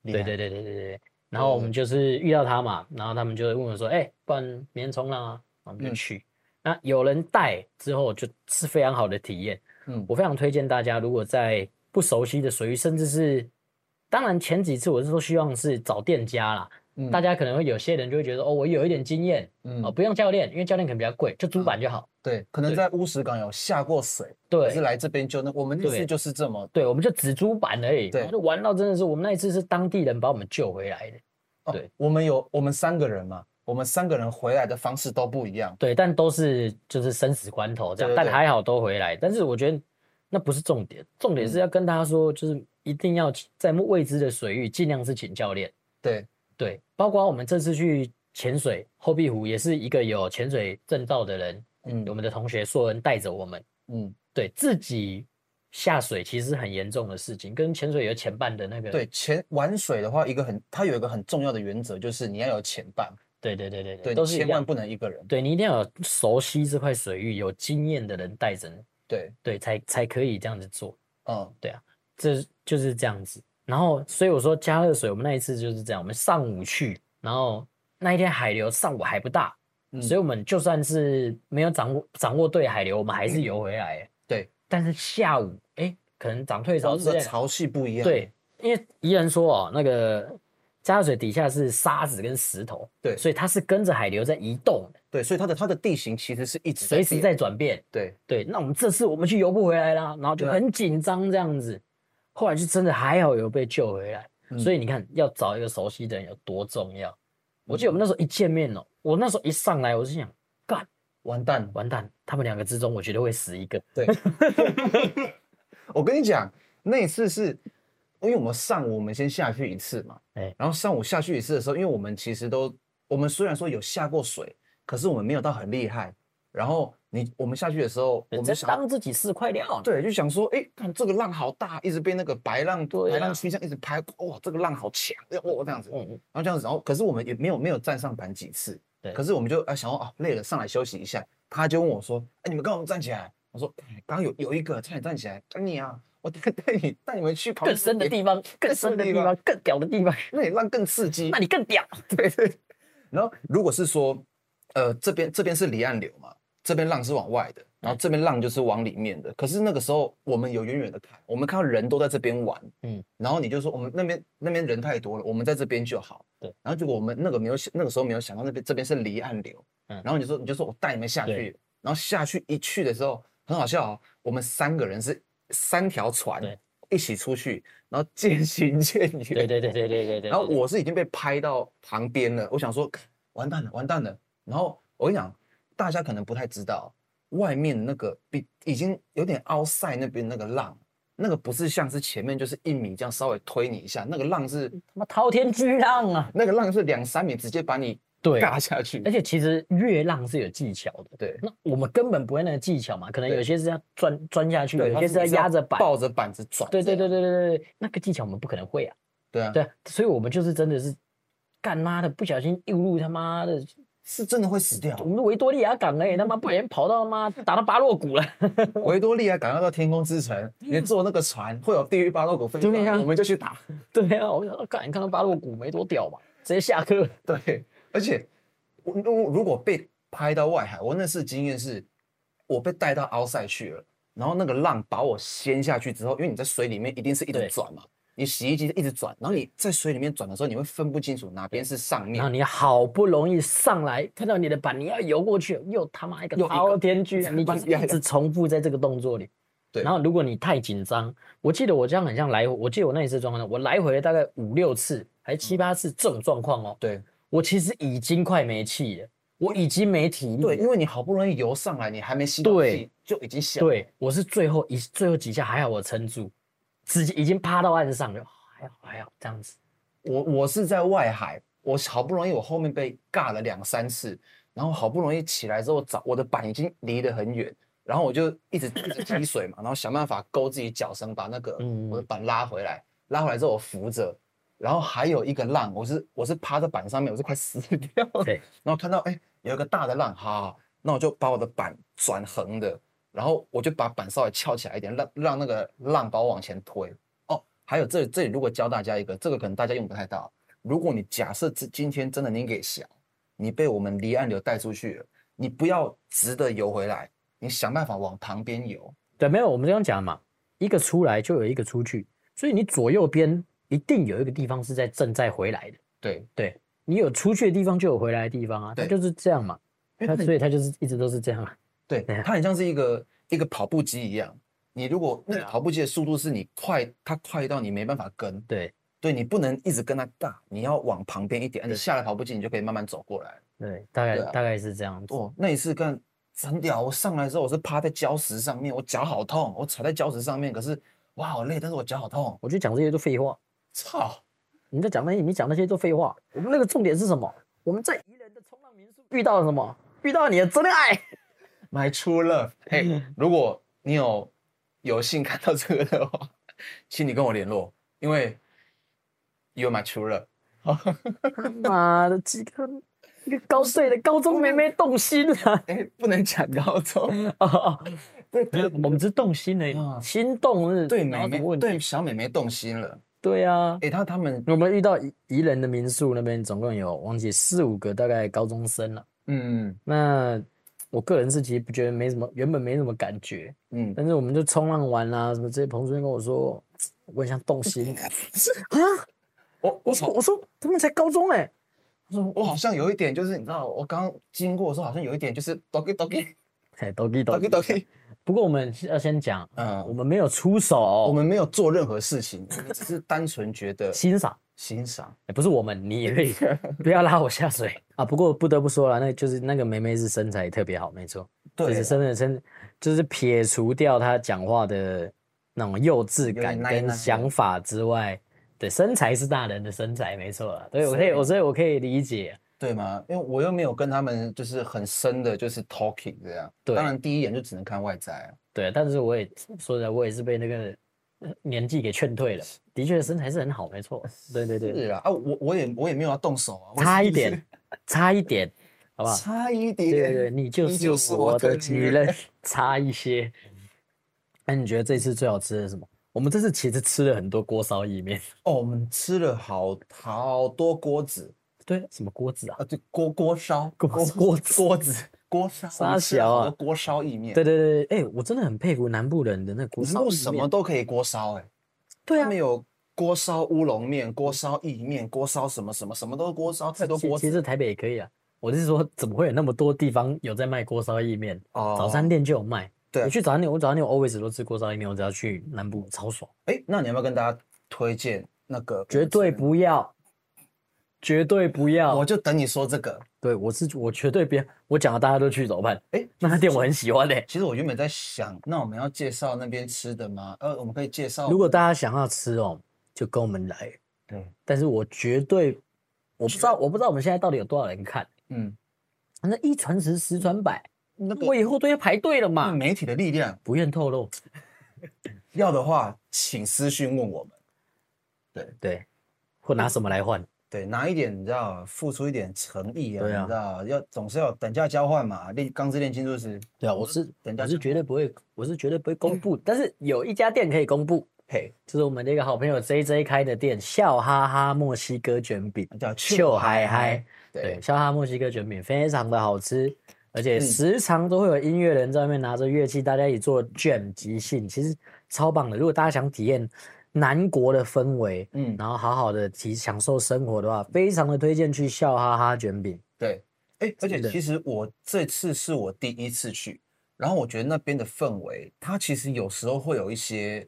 [SPEAKER 2] 厉
[SPEAKER 1] 对
[SPEAKER 2] 害
[SPEAKER 1] 对对对对对。然后我们就是遇到他嘛，然后他们就会问我说：“哎、不然明天冲浪啊？”我们就
[SPEAKER 2] 嗯
[SPEAKER 1] 去。那有人带之后，就是非常好的体验。
[SPEAKER 2] 嗯
[SPEAKER 1] 我非常推荐大家，如果在不熟悉的水域，甚至是，当然前几次我是说希望是找店家啦，
[SPEAKER 2] 嗯
[SPEAKER 1] 大家可能会有些人就会觉得哦，我有一点经验
[SPEAKER 2] 嗯
[SPEAKER 1] 哦，不用教练，因为教练可能比较贵，就租板就好。
[SPEAKER 2] 对，可能
[SPEAKER 1] 对
[SPEAKER 2] 在乌石港有下过水，可是
[SPEAKER 1] 对
[SPEAKER 2] 来这边就那，我们那
[SPEAKER 1] 对
[SPEAKER 2] 次就是这么
[SPEAKER 1] 对，我们就只租板而已，
[SPEAKER 2] 对
[SPEAKER 1] 然后就玩到真的是我们那一次是当地人把我们救回来的，
[SPEAKER 2] 哦
[SPEAKER 1] 对，
[SPEAKER 2] 我们有我们三个人嘛，我们三个人回来的方式都不一样。
[SPEAKER 1] 对，但都是就是生死关头这样，
[SPEAKER 2] 对对
[SPEAKER 1] 但
[SPEAKER 2] 对
[SPEAKER 1] 还好都回来。但是我觉得那不是重点，重点是
[SPEAKER 2] 嗯
[SPEAKER 1] 要跟大家说，就是一定要在未知的水域尽量是请教练。
[SPEAKER 2] 对，
[SPEAKER 1] 对，包括我们这次去潜水后壁湖，也是一个有潜水证照的人，我
[SPEAKER 2] 嗯
[SPEAKER 1] 们的同学硕恩带着我们，
[SPEAKER 2] 嗯，
[SPEAKER 1] 对自己下水其实是很严重的事情，跟潜水有前半的那个，
[SPEAKER 2] 对，潜玩水的话，一个很，它有一个很重要的原则，就是你要有潜伴，
[SPEAKER 1] 对对对对
[SPEAKER 2] 对，
[SPEAKER 1] 都
[SPEAKER 2] 你
[SPEAKER 1] 是一
[SPEAKER 2] 千万
[SPEAKER 1] 样。
[SPEAKER 2] 不能一个人。
[SPEAKER 1] 对你一定要有熟悉这块水域、有经验的人带着你，
[SPEAKER 2] 对，
[SPEAKER 1] 对，才才可以这样子做。
[SPEAKER 2] 嗯，
[SPEAKER 1] 这就是这样子。然后，所以我说加热水，我们那一次就是这样，我们上午去，然后那一天海流上午还不大，
[SPEAKER 2] 嗯
[SPEAKER 1] 所以我们就算是没有掌握掌握对海流，我们还是游回来。
[SPEAKER 2] 嗯对，哦
[SPEAKER 1] 但
[SPEAKER 2] 但
[SPEAKER 1] 是下午，哎，可能涨退潮
[SPEAKER 2] 潮
[SPEAKER 1] 之类的，
[SPEAKER 2] 的潮汐不一样。
[SPEAKER 1] 对，因为怡人说哦，那个加热水底下是沙子跟石头，
[SPEAKER 2] 对
[SPEAKER 1] 所以它是跟着海流在移动的，
[SPEAKER 2] 对，所以它的它的地形其实是一直
[SPEAKER 1] 随时
[SPEAKER 2] 变
[SPEAKER 1] 在转变。
[SPEAKER 2] 对
[SPEAKER 1] 对，那我们这次我们去游不回来啦，然后就
[SPEAKER 2] 对啊
[SPEAKER 1] 很紧张这样子，后来就真的还好有被救回来。
[SPEAKER 2] 嗯
[SPEAKER 1] 所以你看，要找一个熟悉的人有多重要。我
[SPEAKER 2] 嗯
[SPEAKER 1] 记得我们那时候一见面哦、我那时候一上来我就想，干
[SPEAKER 2] 完蛋了。
[SPEAKER 1] 完蛋，他们两个之中我绝对会死一个。
[SPEAKER 2] 对，我跟你讲，那一次是因为我们上午我们先下去一次嘛，
[SPEAKER 1] 哎
[SPEAKER 2] 然后上午下去一次的时候，因为我们其实都，我们虽然说有下过水，可是我们没有到很厉害。然后你我们下去的时候，我
[SPEAKER 1] 我
[SPEAKER 2] 们
[SPEAKER 1] 们
[SPEAKER 2] 就想，
[SPEAKER 1] 当自己是块料呢，
[SPEAKER 2] 对，就想说，哎，看这个浪好大，一直被那个白浪、
[SPEAKER 1] 对啊
[SPEAKER 2] 白浪区这样一直拍，哇，这个浪好强，哇，这样子，
[SPEAKER 1] 嗯嗯，
[SPEAKER 2] 然后这样子，然后可是我们也没有没有站上板几次，
[SPEAKER 1] 对
[SPEAKER 2] 可是我们就啊想要啊累了上来休息一下，他就问我说，哎、你们刚刚有没有站起来？我说哎刚刚有有一个差点站起来，干你啊，我带带你带你们去跑
[SPEAKER 1] 更深的地方，更深的地方，更屌的
[SPEAKER 2] [laughs]
[SPEAKER 1] 地方，
[SPEAKER 2] 那也让更刺激。
[SPEAKER 1] 那你更屌。 [laughs]
[SPEAKER 2] 对对。然后如果是说，呃，这边这边是离岸流嘛，这边浪是往外的，然后这边浪就是往里面的。可是那个时候我们有远远的看，我们看到人都在这边玩，
[SPEAKER 1] 嗯
[SPEAKER 2] 嗯，然后你就说我们那边那边人太多了，我们在这边就好。
[SPEAKER 1] 对。
[SPEAKER 2] 然后结果我们那个没有想那个时候没有想到那边这边是离岸流，
[SPEAKER 1] 嗯
[SPEAKER 2] 然后你就说你就说我带你们下
[SPEAKER 1] 对
[SPEAKER 2] 去，然后下去一去的时候很好笑、哦，我们三个人是三条船
[SPEAKER 1] 对
[SPEAKER 2] 一起出去，然后渐行渐远。
[SPEAKER 1] 对对对对对对对对。
[SPEAKER 2] 然后我是已经被拍到旁边了，我想说完蛋了，完蛋了。然后我跟你讲，大家可能不太知道，外面那个比已经有点凹塞那边那个浪，那个不是像是前面就是一米这样稍微推你一下，那个浪是
[SPEAKER 1] 他妈滔天巨浪啊！
[SPEAKER 2] 那个浪是两三米直接把你
[SPEAKER 1] 对，
[SPEAKER 2] 尬下去
[SPEAKER 1] 而。且其实越浪是有技巧的。
[SPEAKER 2] 对
[SPEAKER 1] 那我们根本不会那个技巧嘛，可能
[SPEAKER 2] 对
[SPEAKER 1] 有些是要钻钻下去，
[SPEAKER 2] 对，
[SPEAKER 1] 有
[SPEAKER 2] 它
[SPEAKER 1] 些
[SPEAKER 2] 是
[SPEAKER 1] 是要
[SPEAKER 2] 一直
[SPEAKER 1] 压着板。
[SPEAKER 2] 抱着板子转这
[SPEAKER 1] 对
[SPEAKER 2] 样。
[SPEAKER 1] 对对对对对，那个技巧我们不可能会啊。
[SPEAKER 2] 对啊，
[SPEAKER 1] 对啊，所以我们就是真的是干妈的，不小心误入他妈的，
[SPEAKER 2] 是真的会死掉
[SPEAKER 1] 我。们维多利亚港哎、他妈不小心跑到他妈打到巴洛谷了。
[SPEAKER 2] 维多利亚感到到天空之城，你坐那个船会有地狱巴洛狗飞船
[SPEAKER 1] 对啊
[SPEAKER 2] 我们就去打。
[SPEAKER 1] 对啊，我想说，干你看到巴洛谷没多屌嘛，直接下课。
[SPEAKER 2] 对，而且我如如果被拍到外海，我那次经验是，我被带到凹塞去了，然后那个浪把我掀下去之后，因为你在水里面一定是一
[SPEAKER 1] 对
[SPEAKER 2] 直转嘛，你洗衣机一直转，然后你在水里面转的时候，你会分不清楚哪边是上
[SPEAKER 1] 然后
[SPEAKER 2] 面，
[SPEAKER 1] 你好不容易上来，看到你的板，你要游过去，又他妈一个
[SPEAKER 2] 又一
[SPEAKER 1] [laughs]
[SPEAKER 2] 个
[SPEAKER 1] 滔天巨浪，你就是
[SPEAKER 2] 呀呀
[SPEAKER 1] 一直重复在这个动作里。
[SPEAKER 2] 对
[SPEAKER 1] 然后如果你太紧张，我记得我这样很像来回，我记得我那一次的状况，我来回大概五六次，还七八次这种状况哦。
[SPEAKER 2] 对
[SPEAKER 1] 我其实已经快没气了，我已经没体力。
[SPEAKER 2] 对，因为你好不容易游上来，你还没吸到
[SPEAKER 1] 对
[SPEAKER 2] 气就已经下。，
[SPEAKER 1] 对，我是最后一最后几下还好我撑住，直接已经趴到岸上了，哦还好还好这样子。
[SPEAKER 2] 我我是在外海，我好不容易我后面被尬了两三次，然后好不容易起来之后找我的板已经离得很远，然后我就一直一直踢水嘛，然后想办法勾自己脚绳把那个
[SPEAKER 1] 嗯
[SPEAKER 2] 我的板拉回来，拉回来之后我扶着，然后还有一个浪，我是我是趴在板上面，我是快死掉了。
[SPEAKER 1] 对，
[SPEAKER 2] [laughs] 然后看到哎、有一个大的浪，好好，好那我就把我的板转横的，然后我就把板稍微翘起来一点，让让那个浪把我往前推。哦，还有这这里如果教大家一个，这个可能大家用不太到。如果你假设今今天真的你给小，你被我们离岸流带出去了，你不要直的游回来，你想办法往旁边游。
[SPEAKER 1] 对，没有，我们这样讲嘛，一个出来就有一个出去，所以你左右边一定有一个地方是在正在回来的。
[SPEAKER 2] 对，
[SPEAKER 1] 对你有出去的地方，就有回来的地方啊，它
[SPEAKER 2] 对
[SPEAKER 1] 就是这样嘛。
[SPEAKER 2] 因为
[SPEAKER 1] 它
[SPEAKER 2] 它很
[SPEAKER 1] 所以它就是一直都是这样啊。 [laughs]
[SPEAKER 2] 对，
[SPEAKER 1] 对啊
[SPEAKER 2] 它很像是一个一个跑步机一样。你如果那
[SPEAKER 1] 对
[SPEAKER 2] 个
[SPEAKER 1] 啊
[SPEAKER 2] 跑步机的速度是你快，它快到你没办法跟，
[SPEAKER 1] 对
[SPEAKER 2] 对你不能一直跟它打，你要往旁边一点，啊你
[SPEAKER 1] 对
[SPEAKER 2] 下来跑步机，你就可以慢慢走过来。
[SPEAKER 1] 对，大概、
[SPEAKER 2] 对啊
[SPEAKER 1] 大概是这样子。
[SPEAKER 2] 哦，那一次干很屌！我上来之后，我是趴在礁石上面，我脚好痛，我踩在礁石上面，可是我好累，但是我脚好痛。
[SPEAKER 1] 我就讲这些都废话，
[SPEAKER 2] 操！
[SPEAKER 1] 你在讲那些，你讲那些都废话。我们那个重点是什么？我们在宜人的冲浪民宿遇到了什么？遇到你的真爱。
[SPEAKER 2] My true love，嘿、如果你有有幸看到这个的话，请你跟我联络，因为 You're my true love。
[SPEAKER 1] 妈的，几个一个高岁的高中妹妹动心啊！
[SPEAKER 2] 哎、不能讲高中，
[SPEAKER 1] 哦哦，
[SPEAKER 2] 对
[SPEAKER 1] 没有我们只是动心而已
[SPEAKER 2] 啊，
[SPEAKER 1] 心动是
[SPEAKER 2] 对
[SPEAKER 1] 哪有
[SPEAKER 2] 美
[SPEAKER 1] 什么
[SPEAKER 2] 眉
[SPEAKER 1] 问题
[SPEAKER 2] 对小美眉动心了。
[SPEAKER 1] 对啊
[SPEAKER 2] 哎、，她他们
[SPEAKER 1] 我们遇到宜宜人的民宿那边，总共有忘记四五个大概高中生了。
[SPEAKER 2] 嗯
[SPEAKER 1] 那我个人是其实不觉得没什么，原本没什么感觉，
[SPEAKER 2] 嗯，
[SPEAKER 1] 但是我们就冲浪玩啊什么这些，彭主任跟我说，我很想动心啊！
[SPEAKER 2] 我
[SPEAKER 1] 我
[SPEAKER 2] 我
[SPEAKER 1] 说我说他们才高中哎、
[SPEAKER 2] 我说我好像有一点就是你知道，我刚经过的时候好像有一点就是 doggy doggy
[SPEAKER 1] 哎，都给都
[SPEAKER 2] doggy
[SPEAKER 1] 给
[SPEAKER 2] doggy，
[SPEAKER 1] 不过我们要先讲，
[SPEAKER 2] 嗯，
[SPEAKER 1] 我们没有出手，
[SPEAKER 2] 我
[SPEAKER 1] 我
[SPEAKER 2] 们没有做任何事情，我们只是单纯觉得
[SPEAKER 1] 欣赏。
[SPEAKER 2] 欣赏。
[SPEAKER 1] 哎不是我们，你也可以不要拉我下水啊！不过不得不说了，那就是那个梅梅是身材特别好，没错，就
[SPEAKER 2] 对
[SPEAKER 1] 是
[SPEAKER 2] 啦，
[SPEAKER 1] 身的身，就是撇除掉她讲话的那种幼稚
[SPEAKER 2] 点
[SPEAKER 1] 感
[SPEAKER 2] 奶
[SPEAKER 1] 跟
[SPEAKER 2] 奶
[SPEAKER 1] 想法之外，对身材是大人的身材，没错啦，对我可以，
[SPEAKER 2] 所以
[SPEAKER 1] 我所以我可以理解，
[SPEAKER 2] 对吗？因为我又没有跟他们就是很深的，就是 talking 这样。
[SPEAKER 1] 对
[SPEAKER 2] 当然第一眼就只能看外在啊。
[SPEAKER 1] 对，但是我也说实在，我也是被那个呃年纪给劝退了，的确身材是很好，没错，对对对，
[SPEAKER 2] 是啊，啊，我我也我也没有要动手啊，我
[SPEAKER 1] 差一
[SPEAKER 2] 只是
[SPEAKER 1] 点，差一点，好不好？
[SPEAKER 2] 差一
[SPEAKER 1] 对
[SPEAKER 2] 点，
[SPEAKER 1] 对对，你就
[SPEAKER 2] 你
[SPEAKER 1] 是我的女
[SPEAKER 2] 女嗯
[SPEAKER 1] 人，差一些。那、你觉得这次最好吃的是什么？我们这次其实吃了很多锅烧意面， [laughs]
[SPEAKER 2] 哦，我们吃了好好多锅子
[SPEAKER 1] 对，什么锅子啊？
[SPEAKER 2] 啊，对，锅锅烧，
[SPEAKER 1] 锅锅子
[SPEAKER 2] 锅子，锅烧，我
[SPEAKER 1] 沙
[SPEAKER 2] 们吃了
[SPEAKER 1] 小
[SPEAKER 2] 好
[SPEAKER 1] 啊
[SPEAKER 2] 多锅烧意面，
[SPEAKER 1] 对，对对，对哎、我真的很佩服南部人的那个锅
[SPEAKER 2] 南
[SPEAKER 1] 烧意
[SPEAKER 2] 部
[SPEAKER 1] 面。
[SPEAKER 2] 什么？都可以锅烧，哎，
[SPEAKER 1] 对
[SPEAKER 2] 他
[SPEAKER 1] 啊
[SPEAKER 2] 们，有锅烧乌龙面、锅烧意面、锅烧什么什么，什么都是锅烧，太多
[SPEAKER 1] 其
[SPEAKER 2] 锅
[SPEAKER 1] 其
[SPEAKER 2] 子
[SPEAKER 1] 实台北也可以啊。我是说，怎么会有那么多地方有在卖锅烧意面？
[SPEAKER 2] 哦
[SPEAKER 1] 早餐店就有卖。
[SPEAKER 2] 对
[SPEAKER 1] 我，去早餐店，我早餐店 always 都吃锅烧意面，我只要去南部超爽。
[SPEAKER 2] 哎，那你要不要跟大家推荐那个？
[SPEAKER 1] 绝对，不要，绝对不要。
[SPEAKER 2] 我就等你说这个。
[SPEAKER 1] 对，我是我绝对别，我讲了大家都去怎么办？
[SPEAKER 2] 哎，
[SPEAKER 1] 那家店我很喜欢嘞、
[SPEAKER 2] 其实我原本在想，那我们要介绍那边吃的吗？呃，我们可以介绍。
[SPEAKER 1] 如果大家想要吃哦，就跟我们来。
[SPEAKER 2] 对，
[SPEAKER 1] 但是我绝对，我不知道，我不知道我们现在到底有多少人看。
[SPEAKER 2] 嗯，
[SPEAKER 1] 反正一传十，十传百，
[SPEAKER 2] 那个
[SPEAKER 1] 我以后都要排队了嘛。
[SPEAKER 2] 媒体的力量，
[SPEAKER 1] 不愿透露，
[SPEAKER 2] 要的话请私讯问我们。
[SPEAKER 1] 对，或拿什么来换？
[SPEAKER 2] 对，拿一点，你知道，付出一点诚意啊，
[SPEAKER 1] 对啊
[SPEAKER 2] 你知道，要总是要有等价交换嘛。练钢之炼金术师，
[SPEAKER 1] 对啊，我是
[SPEAKER 2] 等
[SPEAKER 1] 我
[SPEAKER 2] 价交
[SPEAKER 1] 是绝对不会，我是绝对不会公布。但是有一家店可以公布，
[SPEAKER 2] 配，
[SPEAKER 1] 就是我们的一个好朋友 J J 开的店，笑哈哈墨西哥卷饼。
[SPEAKER 2] 叫
[SPEAKER 1] 秀嗨啊嗨，对，
[SPEAKER 2] 对，
[SPEAKER 1] 笑哈墨西哥卷饼非常的好吃，而且
[SPEAKER 2] 嗯
[SPEAKER 1] 时常都会有音乐人在外面拿着乐器，大家一起做卷即兴，其实超棒的。如果大家想体验南国的氛围，
[SPEAKER 2] 嗯，
[SPEAKER 1] 然后好好的体享受生活的话，非常的推荐去笑哈哈卷饼。
[SPEAKER 2] 对，哎，而且
[SPEAKER 1] 真的
[SPEAKER 2] 其实我这次是我第一次去，然后我觉得那边的氛围，它其实有时候会有一些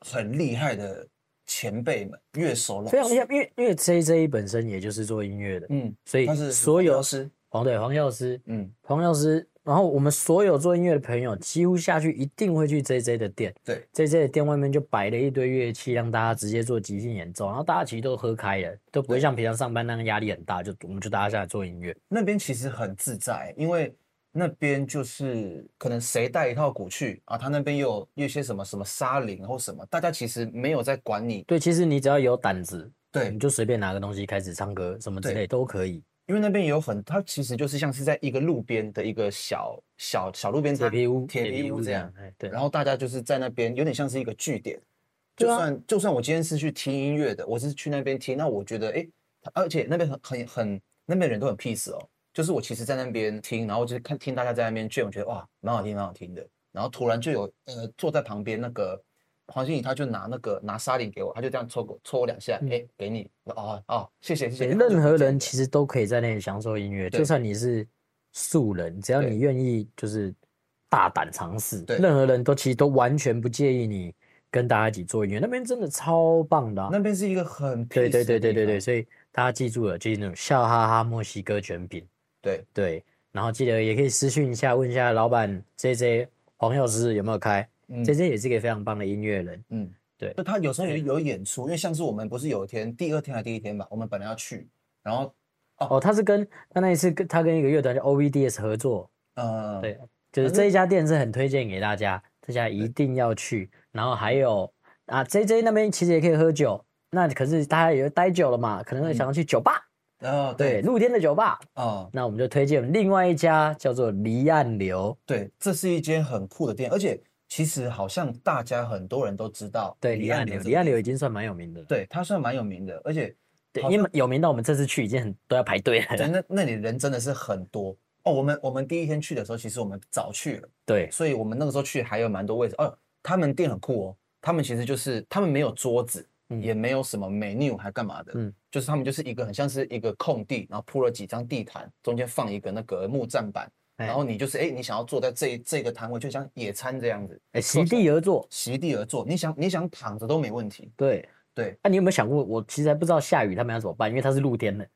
[SPEAKER 2] 很厉害的前辈们、乐手、老
[SPEAKER 1] 非常
[SPEAKER 2] 师
[SPEAKER 1] 厉害，因为因为 J J 本身也就是做音乐的，
[SPEAKER 2] 嗯，
[SPEAKER 1] 所以
[SPEAKER 2] 他是
[SPEAKER 1] 所有
[SPEAKER 2] 老师，
[SPEAKER 1] 黄对黄药师，
[SPEAKER 2] 嗯，
[SPEAKER 1] 黄药师，然后我们所有做音乐的朋友几乎下去一定会去 J J 的店
[SPEAKER 2] 对，
[SPEAKER 1] ，J J 的店外面就摆了一堆乐器，让大家直接做即兴演奏，然后大家其实都喝开了，都不会像平常上班那样压力很大，就我们就大家下来做音乐。
[SPEAKER 2] 那边其实很自在，因为那边就是可能谁带一套鼓去啊，他那边又有一些什么什么沙林或什么，大家其实没有在管你。
[SPEAKER 1] 对，其实你只要有胆子，
[SPEAKER 2] 对
[SPEAKER 1] 你，就随便拿个东西开始唱歌什么之
[SPEAKER 2] 对
[SPEAKER 1] 类都可以，
[SPEAKER 2] 因为那边有很，它其实就是像是在一个路边的一个小小小路边
[SPEAKER 1] 铁
[SPEAKER 2] 摊
[SPEAKER 1] 皮屋
[SPEAKER 2] 铁皮屋这样，，
[SPEAKER 1] 哎对
[SPEAKER 2] 然。后大家就是在那边有点像是一个据点。就
[SPEAKER 1] 对啊
[SPEAKER 2] 算就算我今天是去听音乐的，我是去那边听，那我觉得哎，诶而且那边很很很那边人都很 peace 哦，就是我其实在那边听，然后就是看听大家在那边卷，我觉得哇蛮好听蛮好听的，然后突然就有呃坐在旁边那个黄经理他就拿那个拿沙林给我，他就这样抽我抽我两下，
[SPEAKER 1] 嗯
[SPEAKER 2] 哎、给你，哦哦谢谢谢谢，
[SPEAKER 1] 对，
[SPEAKER 2] 他就
[SPEAKER 1] 任
[SPEAKER 2] 不
[SPEAKER 1] 何
[SPEAKER 2] 见
[SPEAKER 1] 人
[SPEAKER 2] 了
[SPEAKER 1] 其实都可以在那里享受音乐，
[SPEAKER 2] 对
[SPEAKER 1] 就算你是素人，只要
[SPEAKER 2] 对
[SPEAKER 1] 你愿意，就是大胆尝试，
[SPEAKER 2] 对
[SPEAKER 1] 任何人都其实都完全不介意你跟大家一起做音乐，那边真的超棒的啊、
[SPEAKER 2] 那边是一个很 peace
[SPEAKER 1] 对对对对
[SPEAKER 2] 的地
[SPEAKER 1] 对对，
[SPEAKER 2] 方
[SPEAKER 1] 所以大家记住了，就是那种笑哈哈墨西哥卷饼，
[SPEAKER 2] 对
[SPEAKER 1] 对，然后记得也可以私讯一下，问一下老板 J J 黄药师有没有开、
[SPEAKER 2] 嗯
[SPEAKER 1] j J 也是一个非常棒的音乐人，
[SPEAKER 2] 嗯，
[SPEAKER 1] 对
[SPEAKER 2] 就他有时候有
[SPEAKER 1] 对
[SPEAKER 2] 有演出，因为像是我们不是有一天第二天还是第一天吧，我们本来要去，然后
[SPEAKER 1] 哦，他是跟他那一次跟他跟一个乐团叫 O V D S 合作，
[SPEAKER 2] 呃，
[SPEAKER 1] 对，就是这一家店是很推荐给大家，大家一定要去。然后还有啊，J J 那边其实也可以喝酒，那可是大家也待久了嘛，可能会想要去酒吧，
[SPEAKER 2] 然后
[SPEAKER 1] 对，
[SPEAKER 2] 嗯哦对，
[SPEAKER 1] 露天的酒吧。
[SPEAKER 2] 哦，
[SPEAKER 1] 那我们就推荐另外一家叫做离岸流，
[SPEAKER 2] 对，这是一间很酷的店，而且其实好像大家很多人都知道，
[SPEAKER 1] 对，离岸流，
[SPEAKER 2] 这个
[SPEAKER 1] 离岸
[SPEAKER 2] 地
[SPEAKER 1] 流已经算蛮有名的了。
[SPEAKER 2] 方，对，它算蛮有名的，而且
[SPEAKER 1] 对，
[SPEAKER 2] 好
[SPEAKER 1] 因为有名到我们这次去已经很都要排队
[SPEAKER 2] 对
[SPEAKER 1] 了。
[SPEAKER 2] 那那里人真的是很多哦。我们我们第一天去的时候，其实我们早去了，
[SPEAKER 1] 对，
[SPEAKER 2] 所以我们那个时候去还有蛮多位置。哦，他们店很酷哦，他们其实就是他们没有桌子，
[SPEAKER 1] 嗯
[SPEAKER 2] 也没有什么 menu 还干嘛的，
[SPEAKER 1] 嗯
[SPEAKER 2] 就是他们就是一个很像是一个空地，然后铺了几张地毯，中间放一个那个木栈板，然后你就是哎、你想要坐在这一这个摊位，就像野餐这样子，
[SPEAKER 1] 哎席地而坐。
[SPEAKER 2] 席地而坐，你想你想躺着都没问题。
[SPEAKER 1] 对，
[SPEAKER 2] 对，
[SPEAKER 1] 那、你有没有想过，我其实还不知道下雨他们要怎么办，因为它是露天的，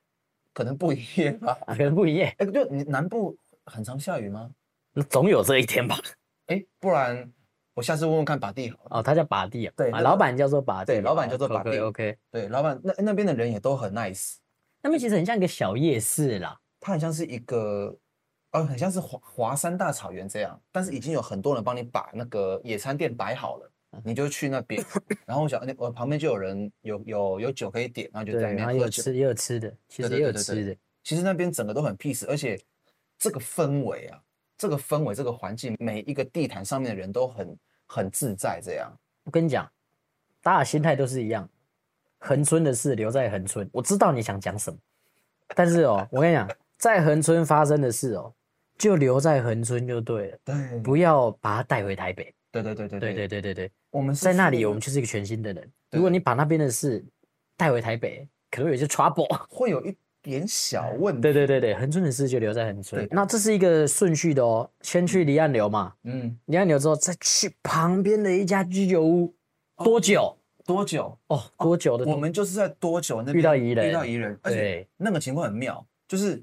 [SPEAKER 2] 可能不一样吧。
[SPEAKER 1] 啊，可能不一样，
[SPEAKER 2] 哎、就你南部很常下雨吗？
[SPEAKER 1] 那总有这一天吧。
[SPEAKER 2] 哎、不然我下次问问看把地好了。
[SPEAKER 1] 哦，他叫把弟啊，
[SPEAKER 2] 对
[SPEAKER 1] 啊
[SPEAKER 2] 那个
[SPEAKER 1] 老板叫做把弟，
[SPEAKER 2] 对老板叫做把弟
[SPEAKER 1] OK OK，
[SPEAKER 2] 对，老板那那边的人也都很 nice，
[SPEAKER 1] 那边其实很像一个小夜市啦，
[SPEAKER 2] 它很像是一个，呃，很像是华华山大草原这样，但是已经有很多人帮你把那个野餐垫摆好了，
[SPEAKER 1] 嗯
[SPEAKER 2] 你就去那边，然后我想，那我旁边就有人有有有酒可以点，然后就在
[SPEAKER 1] 对，然
[SPEAKER 2] 那
[SPEAKER 1] 后
[SPEAKER 2] 边
[SPEAKER 1] 也
[SPEAKER 2] 喝
[SPEAKER 1] 有
[SPEAKER 2] 酒。
[SPEAKER 1] 吃也有吃的，其
[SPEAKER 2] 对
[SPEAKER 1] 实
[SPEAKER 2] 对
[SPEAKER 1] 也有
[SPEAKER 2] 对对
[SPEAKER 1] 吃
[SPEAKER 2] 对
[SPEAKER 1] 的，
[SPEAKER 2] 其实那边整个都很 peace，而且这个氛围啊，这个氛围，这个环境，每一个地毯上面的人都很很自在这样。
[SPEAKER 1] 我跟你讲，大家心态都是一样，恒春的事留在恒春，我知道你想讲什么，但是哦，我跟你讲，在恒春发生的事哦，就留在恒春就对了，
[SPEAKER 2] 对，
[SPEAKER 1] 不要把它带回台北，
[SPEAKER 2] 对对对对
[SPEAKER 1] 对对对对对，
[SPEAKER 2] 我们是
[SPEAKER 1] 在那
[SPEAKER 2] 去
[SPEAKER 1] 里
[SPEAKER 2] 个
[SPEAKER 1] 我们就是一个全新的人，
[SPEAKER 2] 对
[SPEAKER 1] 如果你把那边的事带回台北，可能有一些 trouble。
[SPEAKER 2] 会有一点小问题。
[SPEAKER 1] 对对对对，恒春的事就留在恒春
[SPEAKER 2] 对。
[SPEAKER 1] 那这是一个顺序的哦，先去离岸流嘛，
[SPEAKER 2] 嗯，
[SPEAKER 1] 离岸流之后再去旁边的一家居酒屋，多久？
[SPEAKER 2] 多久？
[SPEAKER 1] 哦，多久的？
[SPEAKER 2] 哦我们就是在多久那边
[SPEAKER 1] 遇到宜人
[SPEAKER 2] 遇到宜人，而且
[SPEAKER 1] 对
[SPEAKER 2] 那个情况很妙，就是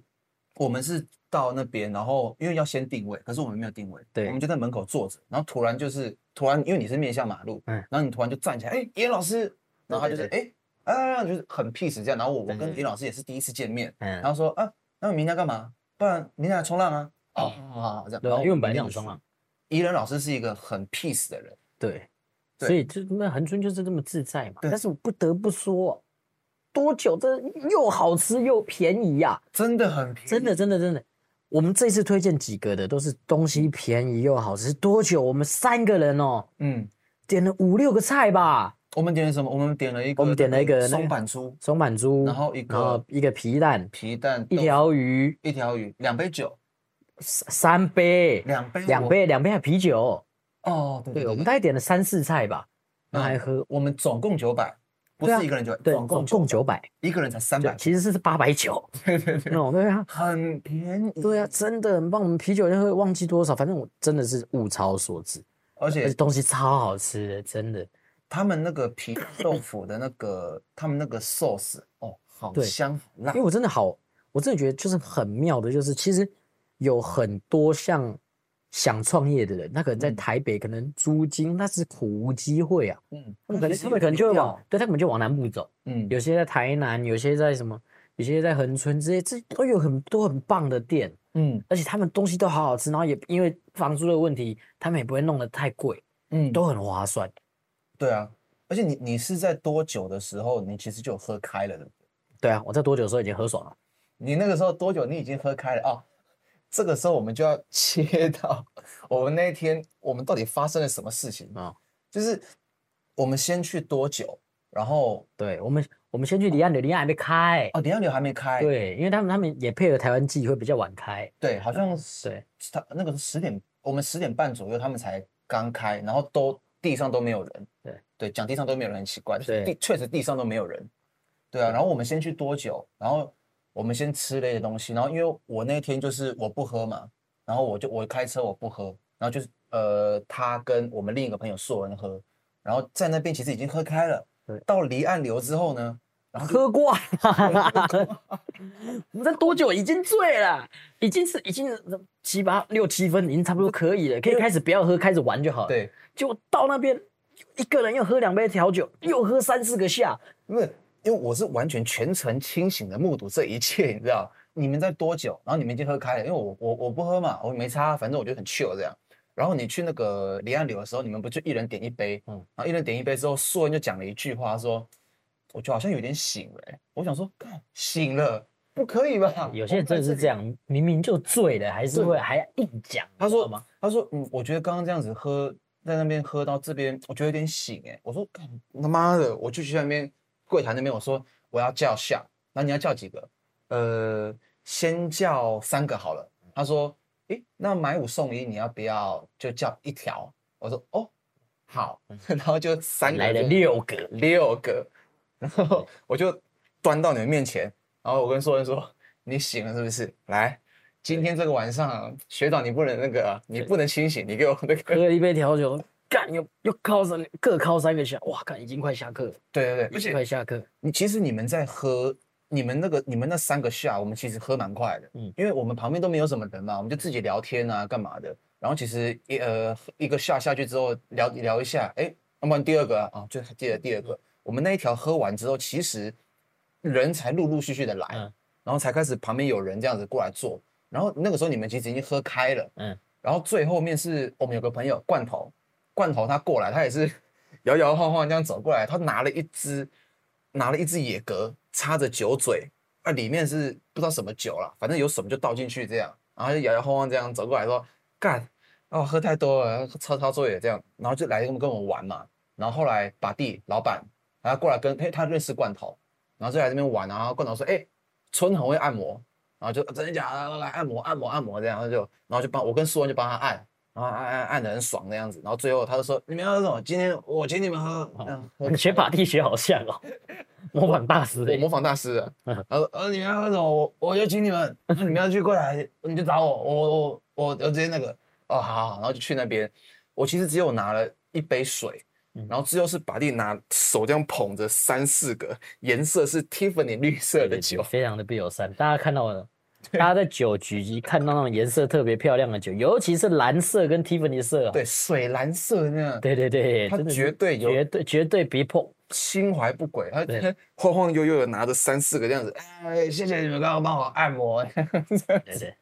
[SPEAKER 2] 我们是到那边，然后因为要先定位，可是我们没有定位，
[SPEAKER 1] 对
[SPEAKER 2] 我们就在门口坐着，然后突然就是突然，因为你是面向马路，
[SPEAKER 1] 嗯
[SPEAKER 2] 然后你突然就站起来，哎、严老师，然后他就是
[SPEAKER 1] 对
[SPEAKER 2] 哎，啊，就是很 peace 这样，然后我我
[SPEAKER 1] 对
[SPEAKER 2] 跟严老师也是第一次见面，然
[SPEAKER 1] 嗯，
[SPEAKER 2] 后说啊，那我明天要干嘛？不然明天来冲浪啊？哦，好好好，这样，
[SPEAKER 1] 对
[SPEAKER 2] 然
[SPEAKER 1] 啊，
[SPEAKER 2] 后
[SPEAKER 1] 因为我们本来
[SPEAKER 2] 明天
[SPEAKER 1] 想
[SPEAKER 2] 就
[SPEAKER 1] 冲
[SPEAKER 2] 去
[SPEAKER 1] 浪，，
[SPEAKER 2] 宜人老师是一个很 peace 的人，
[SPEAKER 1] 对，
[SPEAKER 2] 对
[SPEAKER 1] 所以就那恒春就是这么自在嘛。
[SPEAKER 2] 对
[SPEAKER 1] 但是我不得不说，多久这又好吃又便宜呀、
[SPEAKER 2] 真的很便宜
[SPEAKER 1] 真的，真的真的。我们这次推荐几个的都是东西便宜又好吃。多久？我们三个人哦，
[SPEAKER 2] 嗯。
[SPEAKER 1] 点了五六个菜吧。
[SPEAKER 2] 我们点了什么？我们点了一个，
[SPEAKER 1] 我们点了一个那
[SPEAKER 2] 松
[SPEAKER 1] 个
[SPEAKER 2] 板猪、
[SPEAKER 1] 松板猪，
[SPEAKER 2] 然后一个
[SPEAKER 1] 然后一个皮蛋，
[SPEAKER 2] 皮蛋、
[SPEAKER 1] 一
[SPEAKER 2] 嗯豆
[SPEAKER 1] 条鱼，
[SPEAKER 2] 一条鱼，两杯酒，
[SPEAKER 1] 三三杯，
[SPEAKER 2] 两杯
[SPEAKER 1] 两
[SPEAKER 2] 我
[SPEAKER 1] 杯，两杯还啤酒。嗯
[SPEAKER 2] 哦，对
[SPEAKER 1] 对，
[SPEAKER 2] 嗯对
[SPEAKER 1] 我们
[SPEAKER 2] 对
[SPEAKER 1] 大概点了三四菜吧，然后还喝。
[SPEAKER 2] 我们总共九百，不
[SPEAKER 1] 对啊
[SPEAKER 2] 是一个人就
[SPEAKER 1] 对，
[SPEAKER 2] 总
[SPEAKER 1] 总
[SPEAKER 2] 共
[SPEAKER 1] 共
[SPEAKER 2] 九
[SPEAKER 1] 九百，
[SPEAKER 2] 一个人才三
[SPEAKER 1] 对
[SPEAKER 2] 百，，
[SPEAKER 1] 其实是八百九
[SPEAKER 2] [laughs] 对对对
[SPEAKER 1] 那，种，对啊，
[SPEAKER 2] 很便宜。
[SPEAKER 1] 对啊，，真的很棒。我们啤酒就会忘记多少，反正我真的是物超所值，
[SPEAKER 2] 而
[SPEAKER 1] 而且
[SPEAKER 2] 且
[SPEAKER 1] 东西超好吃的，真的。
[SPEAKER 2] 他们那个皮豆腐的那个，他们那个 sauce 哦，好
[SPEAKER 1] 对
[SPEAKER 2] 香好辣
[SPEAKER 1] 因为。我真的好，我真的觉得就是很妙的，就是其实有很多像想创业的人，他可能在
[SPEAKER 2] 嗯
[SPEAKER 1] 台北，可能租金那是苦无机会啊，
[SPEAKER 2] 嗯，
[SPEAKER 1] 他们可能
[SPEAKER 2] 其实
[SPEAKER 1] 他们可能
[SPEAKER 2] 有
[SPEAKER 1] 就会
[SPEAKER 2] 必要
[SPEAKER 1] 往，对他们就往南部走，
[SPEAKER 2] 嗯，
[SPEAKER 1] 有些在台南，有些在什么，有些在恒春之类，这都有很多很棒的店，
[SPEAKER 2] 嗯
[SPEAKER 1] 而且他们东西都好好吃，然后也因为房租的问题，他们也不会弄得太贵，
[SPEAKER 2] 嗯，
[SPEAKER 1] 都很划算。
[SPEAKER 2] 对啊。而且你你是在多久的时候，你其实就喝开了的？
[SPEAKER 1] 对啊，我在多久的时候已经喝爽了？
[SPEAKER 2] 你那个时候多久你已经喝开了啊、这个时候我们就要 [laughs] 切到我们那一天，我们到底发生了什么事情
[SPEAKER 1] 啊
[SPEAKER 2] 就是我们先去多久，然后
[SPEAKER 1] 对，我们我们先去离岸流，离岸还没开。
[SPEAKER 2] 哦，李安流还没开，
[SPEAKER 1] 对，因为他们他们也配合台湾季会比较晚开，
[SPEAKER 2] 对，好像是
[SPEAKER 1] 对
[SPEAKER 2] 他那个十点，我们十点半左右他们才刚开，然后都地上都没有人，
[SPEAKER 1] 对
[SPEAKER 2] 对，讲地上都没有人很奇怪，
[SPEAKER 1] 对
[SPEAKER 2] 地确实地上都没有人，对啊，然后我们先去多久，然后我们先吃了一些东西，然后因为我那天就是我不喝嘛，然后我就我开车我不喝，然后就是呃他跟我们另一个朋友硕恩喝，然后在那边其实已经喝开了
[SPEAKER 1] 对，
[SPEAKER 2] 到离岸流之后
[SPEAKER 1] [laughs]
[SPEAKER 2] 呢，然后就
[SPEAKER 1] 喝挂了。我们在多久已经醉了？已经是已经七八六七分，已经差不多可以了，可以开始不要喝，开始玩就好了。，
[SPEAKER 2] 对，
[SPEAKER 1] 结果到那边一个人又喝两杯调酒，又喝三四个下，
[SPEAKER 2] 因为因为我是完全全程清醒的目睹这一切， [laughs] 你知道？你们在多久？然后你们已经喝开了，因为我我我不喝嘛，我没差，啊反正我就很 chill 这样。然后你去那个离岸流的时候，你们不就一人点一杯？
[SPEAKER 1] 嗯
[SPEAKER 2] 嗯，然后一人点一杯之后，素恩就讲了一句话说：“我觉得好像有点醒了、欸。”我想说，干醒了不可以吧？
[SPEAKER 1] 有些人真的是这
[SPEAKER 2] 样。
[SPEAKER 1] 样，明明就醉了，还是
[SPEAKER 2] 对
[SPEAKER 1] 会还硬讲。
[SPEAKER 2] 他
[SPEAKER 1] 你知道
[SPEAKER 2] 说
[SPEAKER 1] 吗？
[SPEAKER 2] 他说，嗯，我觉得刚刚这样子喝，在那边喝到这边，我觉得有点醒哎、我说，干他妈的，我就去那边柜台那边，我说我要叫下，然后你要叫几个？呃，先叫三个好了。他说，诶，那买五送一，你要不要就叫一条？我说，哦，好。 [laughs] 然后就三个
[SPEAKER 1] 来了
[SPEAKER 2] 就
[SPEAKER 1] 六个，
[SPEAKER 2] 六个， [laughs] 然后我就端到你们面前，然后我跟硕恩说：“你醒了是不是？来，今天这个晚上，学长你不能那个啊，你不能清醒，你给我那
[SPEAKER 1] 喝
[SPEAKER 2] 个。
[SPEAKER 1] 了一杯调酒，干又又靠三各靠三个下，哇，干已经快下课了，”
[SPEAKER 2] 对对对，
[SPEAKER 1] 已经
[SPEAKER 2] 而且
[SPEAKER 1] 快下课。
[SPEAKER 2] 你其实你们在喝，你们那个你们那三个下，我们其实喝蛮快的，
[SPEAKER 1] 嗯
[SPEAKER 2] 嗯，因为我们旁边都没有什么人嘛，我们就自己聊天啊，干嘛的。然后其实一呃一个下下去之后聊聊一下，哎，那么第二个啊，啊就接着第
[SPEAKER 1] 嗯
[SPEAKER 2] 二个，我们那一条喝完之后，其实人才陆陆续续的来。
[SPEAKER 1] 嗯
[SPEAKER 2] 然后才开始旁边有人这样子过来坐。然后那个时候你们其实已经喝开了，
[SPEAKER 1] 嗯
[SPEAKER 2] 嗯。然后最后面是我们有个朋友罐头，罐头他过来，他也是摇摇晃晃这样走过来，他拿了一只拿了一只野格，插着酒嘴，啊，里面是不知道什么酒了，反正有什么就倒进去这样，然后他就摇摇晃晃这样走过来说干。哦，喝太多了，超超作也这样，然后就来跟我们跟我们玩嘛，然后后来把弟老板，然后过来跟，嘿，他认识罐头，然后就来这边玩，然后罐头说，哎、春很会按摩，然后就真的假的来按摩按摩按摩这样，然后就然后就帮我跟苏恩就帮他按，然后按按按的很爽那样子，然后最后他就说你们要那种今天我请你们喝，嗯喝
[SPEAKER 1] 你学把地学好像
[SPEAKER 2] [laughs]
[SPEAKER 1] 哦，模仿大师
[SPEAKER 2] 我
[SPEAKER 1] 欸。
[SPEAKER 2] 模仿大师的，
[SPEAKER 1] 嗯
[SPEAKER 2] 然后呃你们要喝什么我我就请你们，那你们要去过来你就找我，我我我我直接那个哦好好好，然后就去那边，我其实只有拿了一杯水
[SPEAKER 1] 嗯。
[SPEAKER 2] 然后之后是把弟拿手这样捧着三四个，颜色是 Tiffany 绿色
[SPEAKER 1] 对
[SPEAKER 2] 的
[SPEAKER 1] 对
[SPEAKER 2] 酒，
[SPEAKER 1] 非常的不友善。大家看到我，大家在酒局一看到那种颜色特别漂亮的酒，尤其是蓝色跟 Tiffany 色啊，
[SPEAKER 2] 对，水蓝色那样，
[SPEAKER 1] 对对对，
[SPEAKER 2] 它
[SPEAKER 1] 真的是
[SPEAKER 2] 绝对有
[SPEAKER 1] 绝对绝对逼迫。
[SPEAKER 2] 心怀不轨，他
[SPEAKER 1] 对
[SPEAKER 2] 他 [laughs] 晃晃悠悠的拿着三四个这样子，哎，谢谢你们刚刚帮我按摩。 [laughs]
[SPEAKER 1] 对对，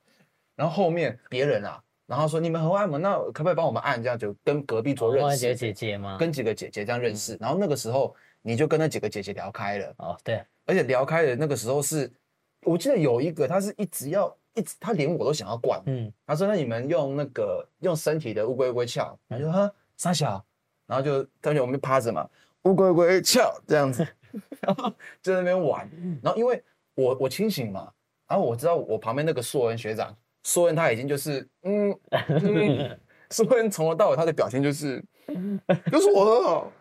[SPEAKER 2] 然后后面别人啊，然后说你们很会按摩，那可不可以帮我们按？这样就跟隔壁桌
[SPEAKER 1] 我
[SPEAKER 2] 认
[SPEAKER 1] 问姐
[SPEAKER 2] 识，
[SPEAKER 1] 姐姐吗？
[SPEAKER 2] 跟几个姐姐这样认识。然后那个时候你就跟那几个姐姐聊开了，
[SPEAKER 1] 哦，对，
[SPEAKER 2] 而且聊开的那个时候是，我记得有一个她是一直要一直，她连我都想要灌。
[SPEAKER 1] 嗯，
[SPEAKER 2] 他说：“那你们用那个用身体的乌龟龟翘。”我就哈傻小，然后就他就我们趴着嘛，乌龟龟翘这样子， [laughs] 然后就在那边玩。然后因为我我清醒嘛，然后我知道我旁边那个硕恩学长，硕恩他已经就是嗯，嗯硕恩从头到尾他的表情就是，就是我喝了，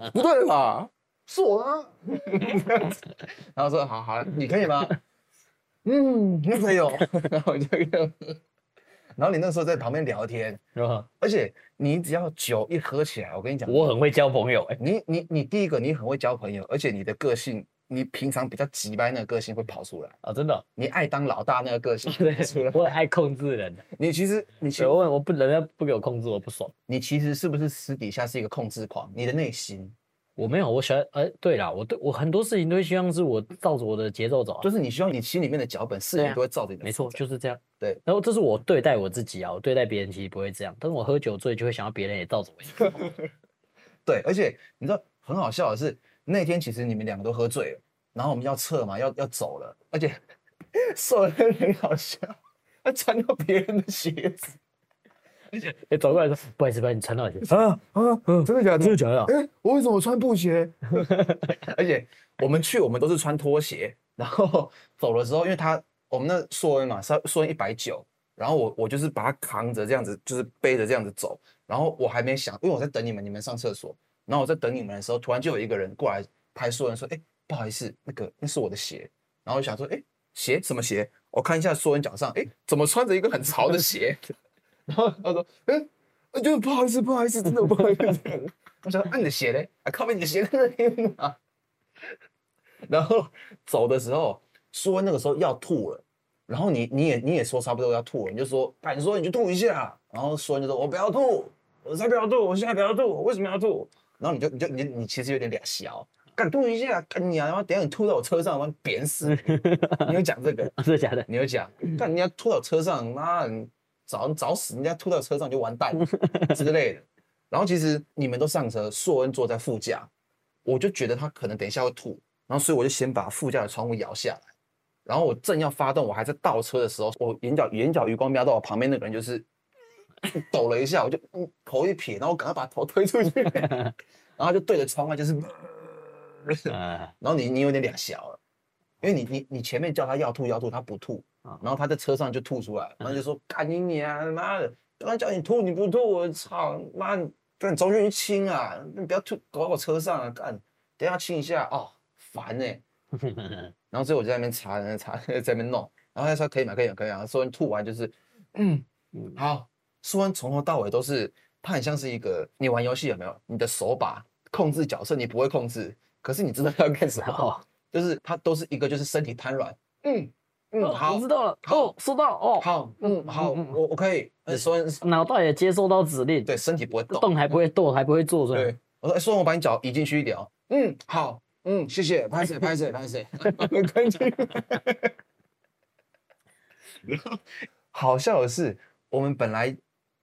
[SPEAKER 2] 嗯不对吧？做啊， [laughs] 然后说好好，你可以吗？嗯，你可以哦，然后我就跟他然后你那时候在旁边聊天，
[SPEAKER 1] 是吧？
[SPEAKER 2] 而且你只要酒一喝起来，我跟你讲，
[SPEAKER 1] 嗯
[SPEAKER 3] 我很会交朋友哎、
[SPEAKER 2] 你你你第一个你很会交朋友，而且你的个性，你平常比较急掰那个个性会跑出来，
[SPEAKER 3] 啊、真的
[SPEAKER 1] [laughs]
[SPEAKER 3] 哦、
[SPEAKER 2] 你爱当老大那个个性
[SPEAKER 3] 对
[SPEAKER 2] 跑出来，
[SPEAKER 3] 我很爱控制 [laughs] 人，
[SPEAKER 2] 你其实你其
[SPEAKER 3] 所以
[SPEAKER 1] 哦
[SPEAKER 2] 实
[SPEAKER 3] 我问我不人家不给我控制，我不爽。
[SPEAKER 2] 你其实是不是私底下是一个控制狂？你的内心
[SPEAKER 1] 我没有，我喜欢，哎、对啦，我对我很多事情都希望是我照着我的节奏走啊、
[SPEAKER 2] 就是你希望你心里面的脚本，事
[SPEAKER 1] 对
[SPEAKER 2] 情
[SPEAKER 1] 啊
[SPEAKER 2] 都会照着你的。
[SPEAKER 1] 没错，，就是这样。
[SPEAKER 2] 对，
[SPEAKER 1] 然后这是我对待我自己啊，我对待别人其实不会这样，但是我喝酒醉就会想要别人也照着我一
[SPEAKER 3] [laughs]
[SPEAKER 1] 样。
[SPEAKER 2] 对，而且你知道很好笑的是，那天其实你们两个都喝醉了，然后我们要撤嘛，要要走了，而且 [laughs] 瘦的人很好笑，他穿到别人的鞋子，
[SPEAKER 1] 哎，走过来说，不好意思，不好意思，你传到你。
[SPEAKER 3] [laughs]
[SPEAKER 2] 啊啊，真的假
[SPEAKER 1] 真的假的？
[SPEAKER 2] 哎、我为什么穿布鞋？ [laughs] 而且我们去，我们都是穿拖鞋，然后走的时候，因为他我们那硕恩嘛，硕硕恩一百九，然后我我就是把他扛着这样子，就是背着这样子走，然后我还没想，因为我在等你们，你们上厕所，然后我在等你们的时候，突然就有一个人过来拍硕恩说：“哎、不好意思，那个那是我的鞋。”然后我就想说：“哎、鞋什么鞋？”我看一下硕恩脚上，哎、怎么穿着一个很潮的鞋？然后他说：“嗯、呃就不好意思，不好意思，真的不好意思。”我想说，啊，你的鞋嘞？啊，靠背，你的鞋在那边啊。 [laughs] 然后走的时候，说那个时候要吐了，然后你你也你也说差不多要吐了，你就说，敢说你就吐一下。然后说你就说我不要吐，我才不要吐，我现在不要吐，我为什么要吐？然后你就你就你你其实有点俩小，敢吐一下，干你啊！然后等一下你吐到我车上，我把你扁死 [laughs] 你。你有讲这个，
[SPEAKER 1] [laughs] 真的假的？
[SPEAKER 2] 你有讲，但人家吐到车上，妈，你早早死，人家吐到车上就完蛋了之类的。然后其实你们都上车，硕恩坐在副驾，我就觉得他可能等一下会吐，然后所以我就先把副驾的窗户摇下来，然后我正要发动，我还在倒车的时候，我眼角眼角余光瞄到我旁边那个人就是抖了一下，我就嗯头一撇，然后我赶快把头推出去， [laughs]
[SPEAKER 3] [laughs]
[SPEAKER 2] 然后就对着窗外就是， [laughs]
[SPEAKER 1] 啊， [laughs]
[SPEAKER 2] 然后你你有点俩小了，因为你你你前面叫他要吐要吐，他不吐，
[SPEAKER 1] 啊
[SPEAKER 2] 然后他在车上就吐出来，然后就说干你娘，啊妈的，刚刚叫你吐你不吐，我操，妈，对你中间去亲啊，你不要吐搞到我车上啊，干，等一下亲一下哦，烦哎、然后所以我就在那边查，在那边查，在那边弄，然后他说可以买，可以买，可以买。然后说完吐完就是，嗯
[SPEAKER 1] 嗯
[SPEAKER 2] 好。说完从头到尾都是，他很像是一个你玩游戏有没有？你的手把控制角色，你不会控制，可是你知道他要干什么，
[SPEAKER 1] 好，
[SPEAKER 2] 就是他都是一个就是身体瘫软，嗯嗯好
[SPEAKER 1] 我知道了，
[SPEAKER 2] 好
[SPEAKER 1] 哦，收到了哦，
[SPEAKER 2] 好嗯好，
[SPEAKER 1] 嗯嗯
[SPEAKER 2] 我我可以。呃说完
[SPEAKER 1] 脑袋也接收到指令，
[SPEAKER 2] 对身体不会动，
[SPEAKER 1] 动还不会动，还不会做，是吧
[SPEAKER 2] 对，我说，哎说完我把你脚移进去一点哦。嗯，好，嗯，谢谢，拍谁拍谁
[SPEAKER 1] [laughs]
[SPEAKER 2] 拍谁，跟进。然后 [laughs] 好笑的是，我们本来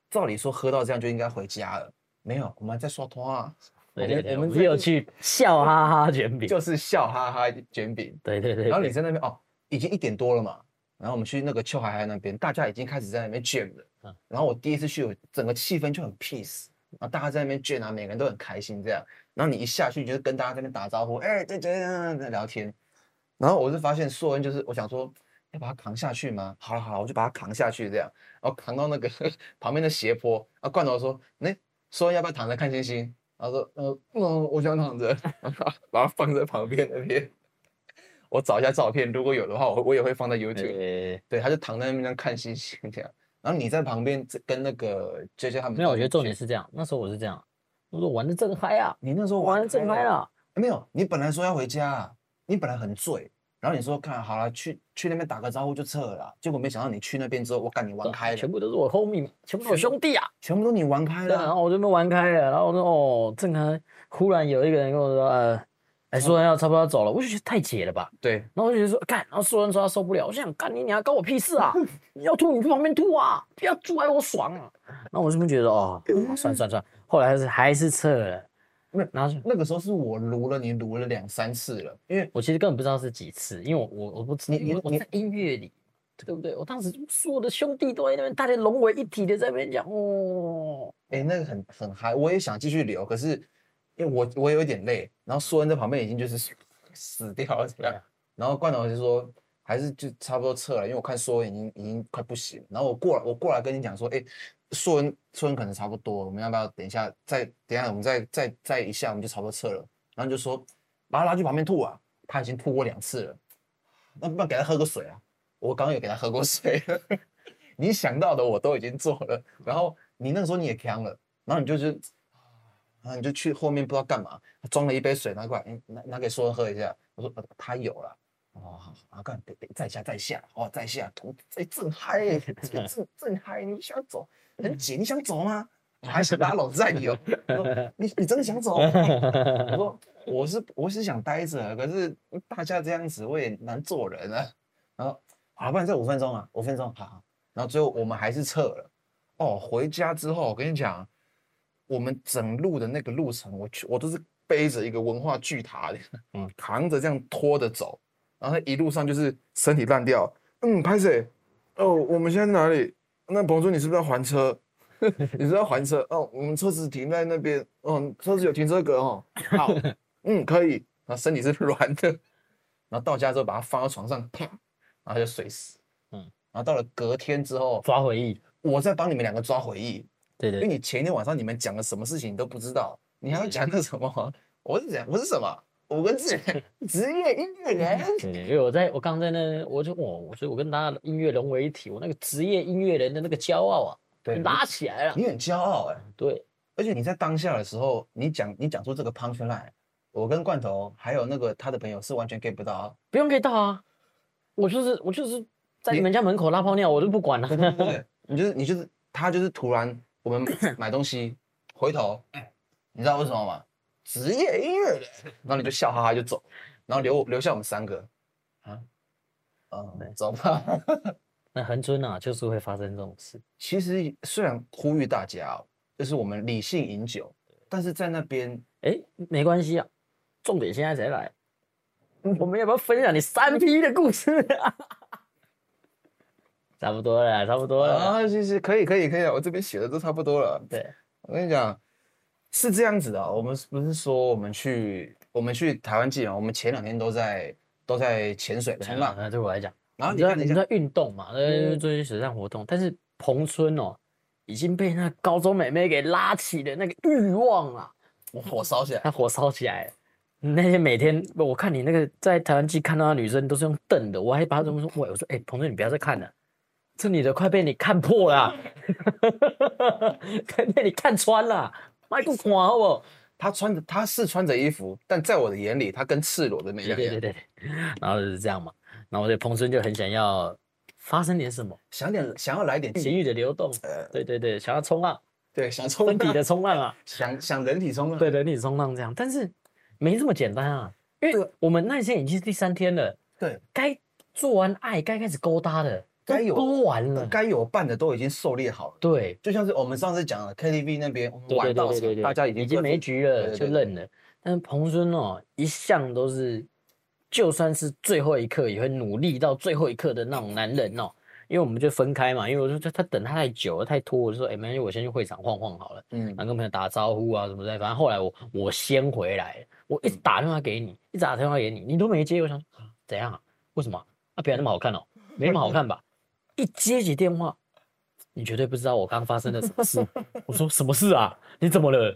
[SPEAKER 2] 照理说喝到这样就应该回家了，没有，我们还在刷拖啊，
[SPEAKER 1] 对
[SPEAKER 2] 我
[SPEAKER 1] 对
[SPEAKER 2] 们
[SPEAKER 1] 对，
[SPEAKER 2] 我
[SPEAKER 1] 我
[SPEAKER 2] 们
[SPEAKER 1] 们
[SPEAKER 2] 在
[SPEAKER 1] 只有去笑哈哈卷饼，
[SPEAKER 2] 就是笑哈哈卷饼。
[SPEAKER 1] 对对对
[SPEAKER 2] 然后你
[SPEAKER 1] 对，
[SPEAKER 2] 在那边哦，已经一点多了嘛，然后我们去那个秋海海那边，大家已经开始在那边卷了
[SPEAKER 1] 嗯。
[SPEAKER 2] 然后我第一次去，我整个气氛就很 peace，然后大家在那边卷啊，每个人都很开心这样。然后你一下去就是跟大家在那边打招呼，哎，对对对，在聊天。然后我就发现硕恩就是，我想说要把他扛下去吗？好了好了，我就把他扛下去这样，然后扛到那个 [laughs] 旁边的斜坡。然后罐头说，那、硕恩要不要躺着看星星？然后说，呃，嗯，我想躺着， [laughs] 然后把它放在旁边那边。我找一下照片，如果有的话，我我也会放在 YouTube。
[SPEAKER 1] 对，
[SPEAKER 2] 对，他就躺在那边这样看星星这样，然后你在旁边跟那个 J J 他们。
[SPEAKER 1] 没有，我觉得重点，是这样，那时候我是这样，我说玩的正嗨啊，
[SPEAKER 2] 你那时候
[SPEAKER 1] 玩的正嗨
[SPEAKER 2] 了。
[SPEAKER 1] 啊，
[SPEAKER 2] 没有，你本来说要回家啊，你本来很醉，然后你说看好了，去去那边打个招呼就撤了啊，结果没想到你去那边之后，我干你玩开了，
[SPEAKER 1] 全部都是我 homie，全部都是我兄弟啊。
[SPEAKER 2] 全部都你玩开
[SPEAKER 1] 对
[SPEAKER 2] 了
[SPEAKER 1] 啊，然
[SPEAKER 2] 啊。
[SPEAKER 1] 后我就被玩开了，然后我说哦，正开，忽然有一个人跟我说，呃，哎，说人要差不多要走了，我就觉得太解了吧，
[SPEAKER 2] 对，
[SPEAKER 1] 然后我就觉得说干，然后说人说他受不了，我就想干你娘，关我屁事啊，你要吐你去旁边吐啊，不要阻碍我爽啊，然后我就不觉得哦，好算算算，后来还是还是撤了
[SPEAKER 2] 没有，
[SPEAKER 1] 然后就
[SPEAKER 2] 那个时候是我撸了你撸了两三次了，因为
[SPEAKER 1] 我其实根本不知道是几次，因为我我我不知，
[SPEAKER 2] 你
[SPEAKER 1] 因为
[SPEAKER 2] 你
[SPEAKER 1] 我
[SPEAKER 2] 你
[SPEAKER 1] 在音乐里。对不对？我当时所有的兄弟都在那边，大家融为一体的在那边讲哦，
[SPEAKER 2] 哎那个很很嗨，我也想继续留，可是因为我我有点累，然后苏恩在旁边已经就是死掉了这样，然后罐头就说还是就差不多撤了，因为我看苏恩已经已经快不行了，然后我过来我过来跟你讲说，哎、硕恩，硕恩可能差不多，我们要不要等一下再等一下，我们再再再一下，我们就差不多撤了。然后你就说，把他拉去旁边吐啊，他已经吐过两次了，那不然给他喝个水啊，我刚刚有给他喝过水了，你想到的我都已经做了，然后你那个时候你也呛了，然后你就是，然后你就去后面不知道干嘛，装了一杯水拿过来，哎拿拿给说喝一下，我说、呃他有了。哦，好，好，干，得得，再下，再下，哦，再下，同，哎，正嗨欸，正正正嗨，你想走，很姐，你想走吗？还是拉拢战友？我 [laughs] 说你你真的想走？我说我是我是想待着，啊可是大家这样子我也难做人啊。然后好，不然再五分钟啊，五分钟，好好。然后最后我们还是撤了。哦，回家之后我跟你讲，我们整路的那个路程，我去我都是背着一个文化巨塔，嗯
[SPEAKER 1] 嗯，
[SPEAKER 2] 扛着这样拖着走，然后一路上就是身体烂掉。嗯，拍谁？哦，我们现在在哪里？那彭叔，你是不是要还车？你是要还车哦，我们车子停在那边，嗯，车子有停车格哦。好，嗯，可以。然后身体是软的，然后到家之后把它放到床上，啪，然后就睡死。嗯
[SPEAKER 1] 嗯，
[SPEAKER 2] 然后到了隔天之后，
[SPEAKER 1] 抓回忆，
[SPEAKER 2] 我再帮你们两个抓回忆，
[SPEAKER 1] 对
[SPEAKER 2] 因为
[SPEAKER 1] 对，
[SPEAKER 2] 你前一天晚上你们讲了什么事情你都不知道，你还要讲那什么？我是讲我是什么？我跟自己职业音乐人。
[SPEAKER 1] 对对
[SPEAKER 3] 因为我在我刚在那，我
[SPEAKER 1] 哦
[SPEAKER 3] 就我，所以我跟大家的音乐融为一体，我那个职业音乐人的那个骄傲啊，
[SPEAKER 2] 对，
[SPEAKER 3] 拉起来了。
[SPEAKER 2] 你很骄傲哎、
[SPEAKER 3] 对，
[SPEAKER 2] 而且你在当下的时候，你讲你讲出这个 punch line，我跟罐头还有那个他的朋友是完全 get 不到。
[SPEAKER 3] 不用给到啊，我就是我就是在
[SPEAKER 2] 你
[SPEAKER 3] 你们家门口拉泡尿，我就不管了、
[SPEAKER 2] 对对对对，你就是你就是他就是突然我们买东西回头，你知道为什么吗？职业音乐人，然后你就笑哈哈就走，然后留留下我们三个啊，嗯，走吧。
[SPEAKER 1] [laughs]
[SPEAKER 2] [laughs]
[SPEAKER 1] 那恒春啊，就是会发生这种事，
[SPEAKER 2] 其实虽然呼吁大家、哦，就是我们理性饮酒，但是在那边
[SPEAKER 3] 哎，没关系啊，重点现在才来，我们要不要分享你三 P 的故事啊？
[SPEAKER 1] [laughs] 差不多了啦，差不多了啦。
[SPEAKER 2] 啊，其实可以可以可以啊，我这边写的都差不多了。
[SPEAKER 3] 对，
[SPEAKER 2] 我跟你讲，是这样子的啊、我们是不是说我们去我们去台湾纪元，我们前两天都在都在潜水冲浪，
[SPEAKER 1] 那对我来讲，
[SPEAKER 2] 然后
[SPEAKER 1] 你
[SPEAKER 2] 你
[SPEAKER 1] 知道你
[SPEAKER 2] 看你
[SPEAKER 1] 们
[SPEAKER 2] 讲
[SPEAKER 1] 在运动嘛，呃，
[SPEAKER 2] 嗯
[SPEAKER 1] 做一些水上活动，但是彭村哦，已经被那高中美眉给拉起的那个欲望啊，
[SPEAKER 2] 我火烧起来，
[SPEAKER 1] 他火烧起来了。那天每天，我看你那个在台湾记看到的女生都是用瞪的，我还把她怎么说？喂，我说，哎、彭村，你不要再看了，这女的快被你看破了 [laughs] 啊，快被你看穿了，卖不哦垮好不好？
[SPEAKER 2] 他穿着他是穿着衣服，但在我的眼里，他跟赤裸的没
[SPEAKER 1] 对
[SPEAKER 2] 两
[SPEAKER 1] 对对对
[SPEAKER 2] 样。
[SPEAKER 1] 对，然后就是这样嘛。然后对彭村就很想要发生点什么，
[SPEAKER 2] 想点想要来点
[SPEAKER 1] 情
[SPEAKER 2] 情，
[SPEAKER 1] 欲的流动，
[SPEAKER 2] 呃，
[SPEAKER 1] 对对对，想要冲浪，
[SPEAKER 2] 对，想冲
[SPEAKER 1] 身
[SPEAKER 2] 浪
[SPEAKER 1] 体的冲浪啊，
[SPEAKER 2] 想想人体冲浪，
[SPEAKER 1] 对人体冲浪这样，但是没这么简单啊，因
[SPEAKER 2] 对
[SPEAKER 1] 为我们那天已经是第三天了，
[SPEAKER 2] 对，
[SPEAKER 1] 该做完爱，该开始勾搭的，都
[SPEAKER 2] 该有
[SPEAKER 1] 勾完了，
[SPEAKER 2] 该有伴的都已经狩猎好了。
[SPEAKER 1] 对，
[SPEAKER 2] 就像是我们上次讲的 KTV 那边，我们
[SPEAKER 1] 对
[SPEAKER 2] 玩
[SPEAKER 1] 对
[SPEAKER 2] 到
[SPEAKER 1] 对对
[SPEAKER 2] 场
[SPEAKER 1] 对对，
[SPEAKER 2] 大家已经
[SPEAKER 1] 已经
[SPEAKER 2] 各自
[SPEAKER 1] 没局
[SPEAKER 2] 对
[SPEAKER 1] 了，就
[SPEAKER 2] 对对
[SPEAKER 1] 认了。但是彭孙哦，一向都是，就算是最后一刻也会努力到最后一刻的那种男人哦。因为我们就分开嘛，因为我就说他等他太久了，太拖，我就说哎，没关系，我先去会场晃晃好了，
[SPEAKER 2] 嗯
[SPEAKER 1] 然后跟朋友打招呼啊什么的。反正后来我我先回来，我
[SPEAKER 2] 嗯
[SPEAKER 1] 一直打电话给你，一直打电话给你，你都没接，我想啊怎样啊？为什么啊？啊表演那么好看哦，没那么好看吧？一接起电话，你绝对不知道我刚发生了什么事。我说什么事啊？你怎么了？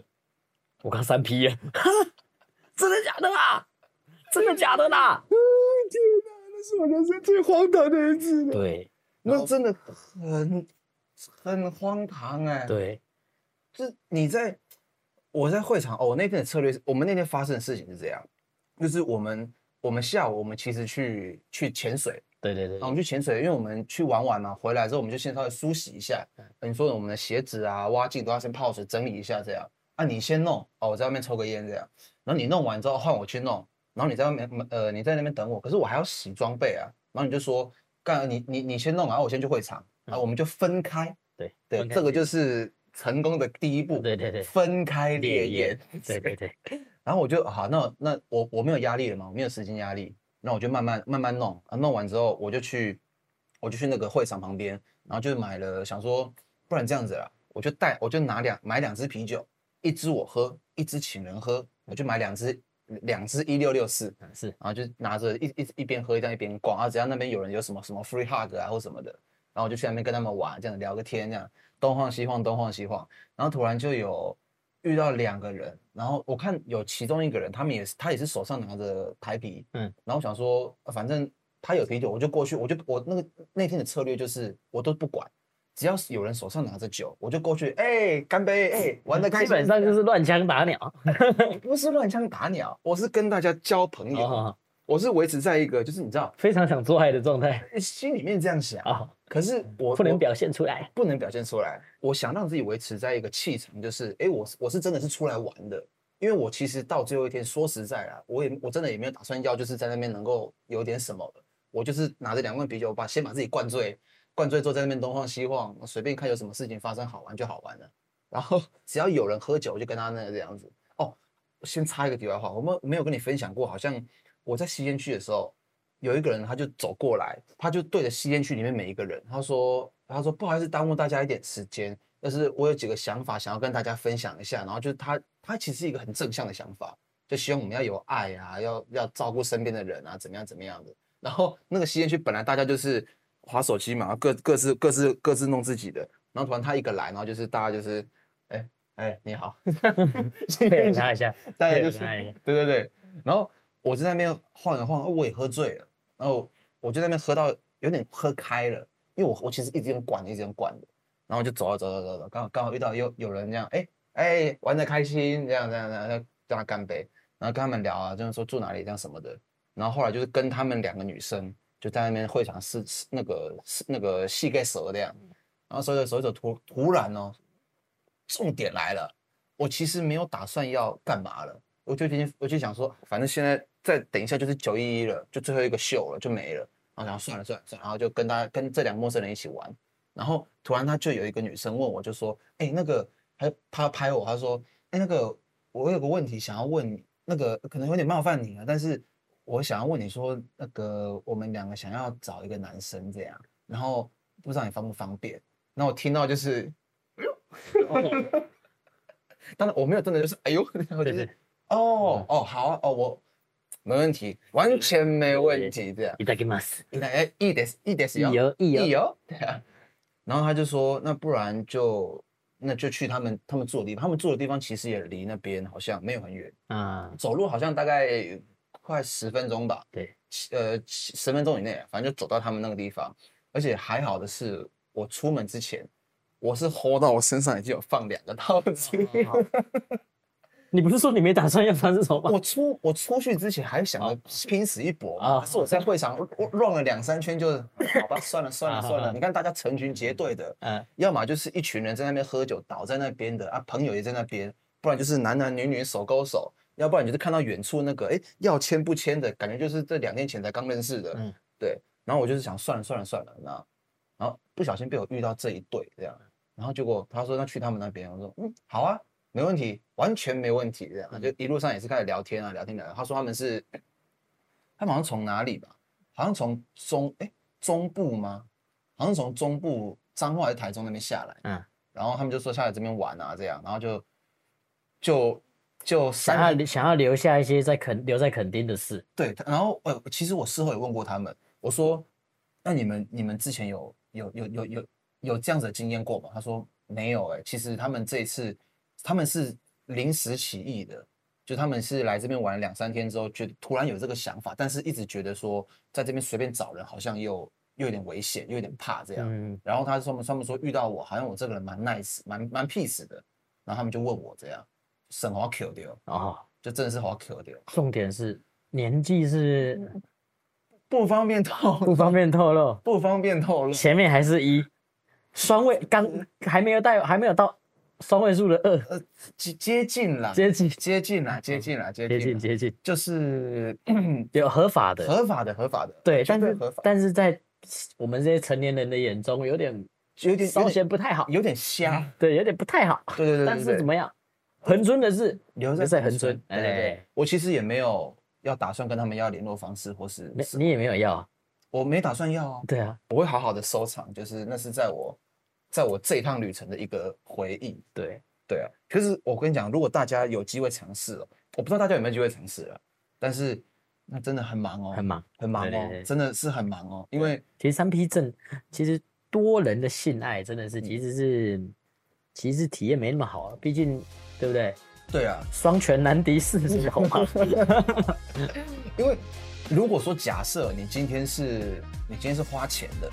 [SPEAKER 1] 我刚三 P 耶！ [laughs] 真的假的啦？真的假的啦？
[SPEAKER 2] 天哪，那是我人生最荒唐的一次了。
[SPEAKER 1] 对
[SPEAKER 2] 那真的很很荒唐哎、，
[SPEAKER 1] 对，
[SPEAKER 2] 就是你在我在会场哦，我那天的策略是，我们那天发生的事情是这样，就是我们我们下午我们其实去去潜水，
[SPEAKER 1] 对对对
[SPEAKER 2] 然后我们去潜水，因为我们去玩玩嘛，回来之后我们就先稍微梳洗一下，
[SPEAKER 1] 嗯
[SPEAKER 2] 你说我们的鞋子啊、蛙镜都要先泡水整理一下，这样啊，你先弄哦，我在外面抽个烟这样，然后你弄完之后换我去弄，然后你在外面呃你在那边等我，可是我还要洗装备啊，然后你就说干你你你先弄，然后我先去会场，然后我们就分开，
[SPEAKER 1] 对
[SPEAKER 2] 对，
[SPEAKER 1] 嗯分开
[SPEAKER 2] 这个
[SPEAKER 1] 练
[SPEAKER 2] 就是成功的第一步，
[SPEAKER 1] 对对对，
[SPEAKER 2] 分开烈
[SPEAKER 1] 烈
[SPEAKER 2] 焰
[SPEAKER 1] 焰，对对对，
[SPEAKER 2] 然后我就啊好，那那我我没有压力了嘛，我没有时间压力，那我就慢慢慢慢弄，啊，弄完之后我就去，我就去那个会场旁边，然后就买了，想说不然这样子啦，我就带我就拿两买两支啤酒，一支我喝，一支请人喝，我就买两支两支一六六四，
[SPEAKER 1] 是
[SPEAKER 2] 然后就拿着一一一边喝一样一边逛啊，只要那边有人有什么什么 free hug 啊或什么的，然后我就去那边跟他们玩，这样聊个天，这样东晃西晃东晃西晃，然后突然就有遇到两个人，然后我看有其中一个人，他们也是他也是手上拿着台啤，
[SPEAKER 1] 嗯
[SPEAKER 2] 嗯，然后我想说呃反正他有啤酒，我就过去，我就我那个那天的策略就是我都不管，只要是有人手上拿着酒，我就过去，哎、干杯，哎、玩
[SPEAKER 1] [laughs]
[SPEAKER 2] 的开
[SPEAKER 3] 基
[SPEAKER 2] 心，
[SPEAKER 3] 本上就是乱枪打鸟。
[SPEAKER 2] 不是乱枪打鸟，我是跟大家交朋友，
[SPEAKER 3] 哦，
[SPEAKER 2] 我是维持在一个就是你知道
[SPEAKER 3] 非常想做爱的状态
[SPEAKER 2] 哎心里面这样想，
[SPEAKER 3] 啊，
[SPEAKER 2] 可是我
[SPEAKER 3] 不能
[SPEAKER 2] 我
[SPEAKER 3] 表现出来。
[SPEAKER 2] 不能表现出来。我想让自己维持在一个气场，就是哎、诶我是我是真的是出来玩的，因为我其实到最后一天，说实在啦，我也我真的也没有打算要，就是在那边能够有点什么了。我就是拿着两罐啤酒，把先把自己灌醉，灌醉之后在那边东晃西晃，随便看有什么事情发生，好玩就好玩了。然后只要有人喝酒，我就跟他那个这样子。哦，先插一个题外话，我们没有跟你分享过，好像我在吸烟区的时候，有一个人他就走过来，他就对着吸烟区里面每一个人，他说他说不好意思耽误大家一点时间，但是我有几个想法想要跟大家分享一下，然后就是他他其实是一个很正向的想法，就希望我们要有爱啊，要要照顾身边的人啊，怎么样怎么样的。然后那个吸烟区本来大家就是划手机嘛，各各自各自各自弄自己的，然后突然他一个来，然后就是大家就是哎哎你好，
[SPEAKER 3] [laughs] 配合他一下，
[SPEAKER 2] [laughs] 大概
[SPEAKER 3] 配
[SPEAKER 2] 就
[SPEAKER 3] 合
[SPEAKER 2] 是
[SPEAKER 3] 他一下。
[SPEAKER 2] 对对对，然后我就在那边晃一晃，哦我也喝醉了，然后我就在那边喝到有点喝开了，因为我我其实一直用灌的，一直用灌的，然后就走啊走走走走，刚好刚好遇到有有人这样，哎哎玩的开心，这样这样这样，就叫他干杯，然后跟他们聊啊，就是说住哪里这样什么的，然后后来就是跟他们两个女生就在那边会场是是那个是那个膝盖折这样，然后手走手走突突然哦，重点来了。我其实没有打算要干嘛了，我就已经我就想说，反正现在再等一下就是九一一了，就最后一个秀了，就没了。然后想算了算了算了，然后就跟他跟这两个陌生人一起玩。然后突然他就有一个女生问我，就说：“哎、那个，还他拍我，他说：哎、那个，我有个问题想要问你，那个可能有点冒犯你了，但是我想要问你说，那个我们两个想要找一个男生这样，然后不知道你方不方便？”然后我听到就是，
[SPEAKER 3] 哦
[SPEAKER 2] 当然我没有真的就是哎呦， [laughs] 然后就
[SPEAKER 3] 对
[SPEAKER 2] 是
[SPEAKER 3] 对，嗯
[SPEAKER 2] 哦哦好啊哦我没问题，完全没问题这样。
[SPEAKER 3] いただきます。
[SPEAKER 2] 哎，いいですいいです
[SPEAKER 3] い
[SPEAKER 2] よ
[SPEAKER 3] いよいい
[SPEAKER 2] いい
[SPEAKER 3] よ。
[SPEAKER 2] よ对啊。然后他就说，那不然就那就去他们他们住的地方，他们住的地方其实也离那边好像没有很远，
[SPEAKER 1] 啊，
[SPEAKER 2] 走路好像大概快十分钟吧。
[SPEAKER 1] 对
[SPEAKER 2] 七，呃，七十分钟以内啊，反正就走到他们那个地方。而且还好的是，我出门之前，我是 hold 到我身上已经有放两个套子。 [laughs]
[SPEAKER 1] 哦
[SPEAKER 3] [laughs] 你不是说你没打算要发这首
[SPEAKER 1] [laughs]
[SPEAKER 3] 吗？
[SPEAKER 2] 我出我出去之前还想着拼死一搏
[SPEAKER 3] 啊
[SPEAKER 2] 嘛，可是我在会场
[SPEAKER 3] [laughs]
[SPEAKER 2] run 了两三圈就，好吧，算了算了
[SPEAKER 3] 啊
[SPEAKER 2] 算
[SPEAKER 3] 啊
[SPEAKER 2] 了。你看大家成群结队的，
[SPEAKER 1] 呃
[SPEAKER 3] 嗯，
[SPEAKER 2] 要么就是一群人在那边喝酒倒在那边的啊，朋友也在那边，不然就是男男女女手勾手，要不然你就是看到远处那个哎要签不签的感觉，就是这两天前才刚认识的，
[SPEAKER 1] 嗯
[SPEAKER 2] 对。然后我就是想算了算了算了，那然后不小心被我遇到这一对这样，然后结果他说那去他们那边，我说嗯好啊，没问题，完全没问题这
[SPEAKER 1] 嗯
[SPEAKER 2] 样，就一路上也是开始聊天啊聊天聊天，他说他们是，他们好像从哪里吧，好像从中哎中部吗？好像从中部彰化还是台中那边下来，
[SPEAKER 1] 嗯
[SPEAKER 2] 嗯，然后他们就说下来这边玩啊这样，然后就就就
[SPEAKER 1] 想要
[SPEAKER 2] 三
[SPEAKER 1] 留想要留下一些在肯留在垦丁的事，
[SPEAKER 2] 对，然后呃其实我事后也问过他们，我说那你们你们之前有有有有有有这样子的经验过吗？他说没有哎、其实他们这一次他们是临时起意的，就他们是来这边玩了两三天之后，觉得突然有这个想法，但是一直觉得说在这边随便找人好像又又有点危险，又有点怕这样。
[SPEAKER 1] 嗯，
[SPEAKER 2] 然后他说他们他们说遇到我，好像我这个人蛮 nice，蛮蛮 peace 的。然后他们就问我这样，生活 Q 掉，
[SPEAKER 1] 哦，
[SPEAKER 2] 就真的是好 Q 掉，
[SPEAKER 1] 重点是年纪是
[SPEAKER 2] 不方便透
[SPEAKER 1] 不
[SPEAKER 2] 露，
[SPEAKER 1] 方便透露，
[SPEAKER 2] 不方便透露。
[SPEAKER 1] 前面还是一双位，刚还没有带还没有到双位数的二，
[SPEAKER 2] 呃，接接近
[SPEAKER 3] 啊
[SPEAKER 2] 啦，
[SPEAKER 1] 接近
[SPEAKER 2] 接近啦，接近啦，接
[SPEAKER 1] 接
[SPEAKER 2] 近
[SPEAKER 1] 近
[SPEAKER 2] 啦，
[SPEAKER 1] 接近，
[SPEAKER 2] 就是
[SPEAKER 1] 有合法的，
[SPEAKER 2] [clears throat] 合法的，合法的，
[SPEAKER 1] 对，
[SPEAKER 2] 绝
[SPEAKER 1] 但是
[SPEAKER 2] 合法，
[SPEAKER 1] 但是在我们这些成年人的眼中，有点
[SPEAKER 2] 有点
[SPEAKER 1] 稍
[SPEAKER 2] 有点
[SPEAKER 1] 显不太好，
[SPEAKER 2] 有点瞎，
[SPEAKER 1] 对，有点不太好，
[SPEAKER 2] 对对对对对，
[SPEAKER 1] 嗯 [laughs] 但是怎么样，恒春的是
[SPEAKER 2] 留
[SPEAKER 1] 留
[SPEAKER 2] 在
[SPEAKER 1] 在
[SPEAKER 2] 恒
[SPEAKER 1] 恒春，
[SPEAKER 2] 对对对
[SPEAKER 1] 哎，，
[SPEAKER 2] 我其实也没有要打算跟他们要联络方式，或是
[SPEAKER 1] 没你也没有要啊，
[SPEAKER 2] 我没打算要啊，
[SPEAKER 1] 对啊，
[SPEAKER 2] 我会好好的收藏，就是那是在我在我这一趟旅程的一个回忆。
[SPEAKER 1] 对，
[SPEAKER 2] 对啊，可是我跟你讲，如果大家有机会尝试哦，我不知道大家有没有机会尝试了，但是那真的很忙哦，
[SPEAKER 1] 很忙。
[SPEAKER 2] 很忙哦，
[SPEAKER 1] 对对对
[SPEAKER 2] 真的是很忙哦，因为嗯
[SPEAKER 1] 其实三 P 证，其实多人的性爱真的是其实是其实体验没那么好啊，毕竟对不对？
[SPEAKER 2] 对啊，
[SPEAKER 1] 双拳难敌四手
[SPEAKER 2] [laughs]
[SPEAKER 1] 嘛。
[SPEAKER 2] 因为如果说假设你今天是你今天是花钱的，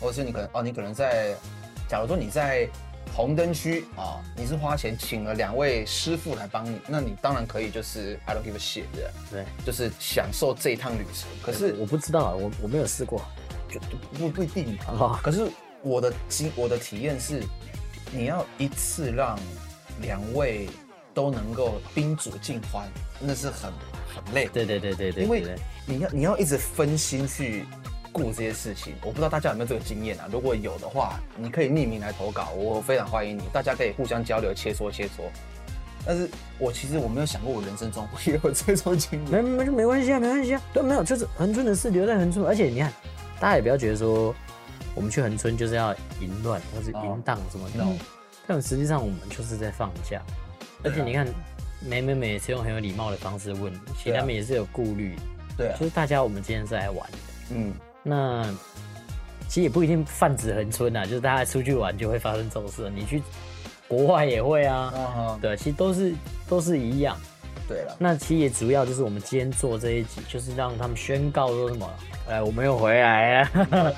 [SPEAKER 2] 或者是你可能哦，你可能在，假如说你在红灯区啊、你是花钱请了两位师傅来帮你，那你当然可以就是 I don't give a shit 的，
[SPEAKER 1] 对，
[SPEAKER 2] 就是享受这一趟旅程。可是
[SPEAKER 1] 我不知道啊，我我没有试过。
[SPEAKER 2] 就不不一定啊。
[SPEAKER 1] 哦
[SPEAKER 2] 可是我的经我的体验是，你要一次让两位都能够宾主尽欢，那是很很累的。
[SPEAKER 1] 对对对对对，
[SPEAKER 2] 因为
[SPEAKER 1] 对对
[SPEAKER 2] 你要你要一直分心去顾这些事情。我不知道大家有没有这个经验啊？如果有的话，你可以匿名来投稿，我非常欢迎你，大家可以互相交流、切磋切磋。但是我其实我没有想过，我人生中会有这种经历。
[SPEAKER 1] 没没没关系啊，没关系啊，对，没有，就是恒春的事留在恒春，而且你看，大家也不要觉得说我们去恒春就是要淫乱或是淫荡什么的，
[SPEAKER 2] 哦
[SPEAKER 1] 但实际上我们就是在放假，而且你看，美美美也是用很有礼貌的方式问你，其
[SPEAKER 2] 啊对
[SPEAKER 1] 实
[SPEAKER 2] 啊
[SPEAKER 1] 他们也是有顾虑，
[SPEAKER 2] 对啊
[SPEAKER 1] 就，是大家我们今天是来玩的，
[SPEAKER 2] 嗯，
[SPEAKER 1] 那其实也不一定泛指恒春啊，就是大家出去玩就会发生这种事，你去国外也会啊，
[SPEAKER 2] 啊，
[SPEAKER 1] 对，其实都是都是一样。
[SPEAKER 2] 对了，
[SPEAKER 1] 那其实也主要就是我们今天做这一集，就是让他们宣告说什么，哎，我们又回来 [laughs]
[SPEAKER 2] 嗯
[SPEAKER 1] 了，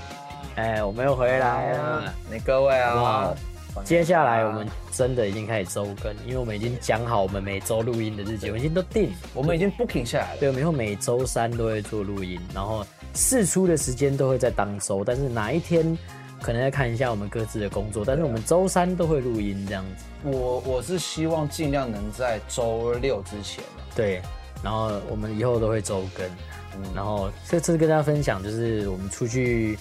[SPEAKER 1] 哎，我们又回来了。
[SPEAKER 2] 啊你各位
[SPEAKER 1] 好不好
[SPEAKER 2] 啊，
[SPEAKER 1] 接下来我们真的已经开始周更，因为我们已经讲好我们每周录音的日期，我们已经都定了。
[SPEAKER 2] 我们已经 booking 下来了。
[SPEAKER 1] 对，我们以后每周三都会做录音，然后试出的时间都会在当周，但是哪一天可能要看一下我们各自的工作，但是我们周三都会录音这样子。
[SPEAKER 2] 我我是希望尽量能在周六之前啊
[SPEAKER 1] 对，然后我们以后都会周更，
[SPEAKER 2] 嗯
[SPEAKER 1] 然后这次跟大家分享就是我们出去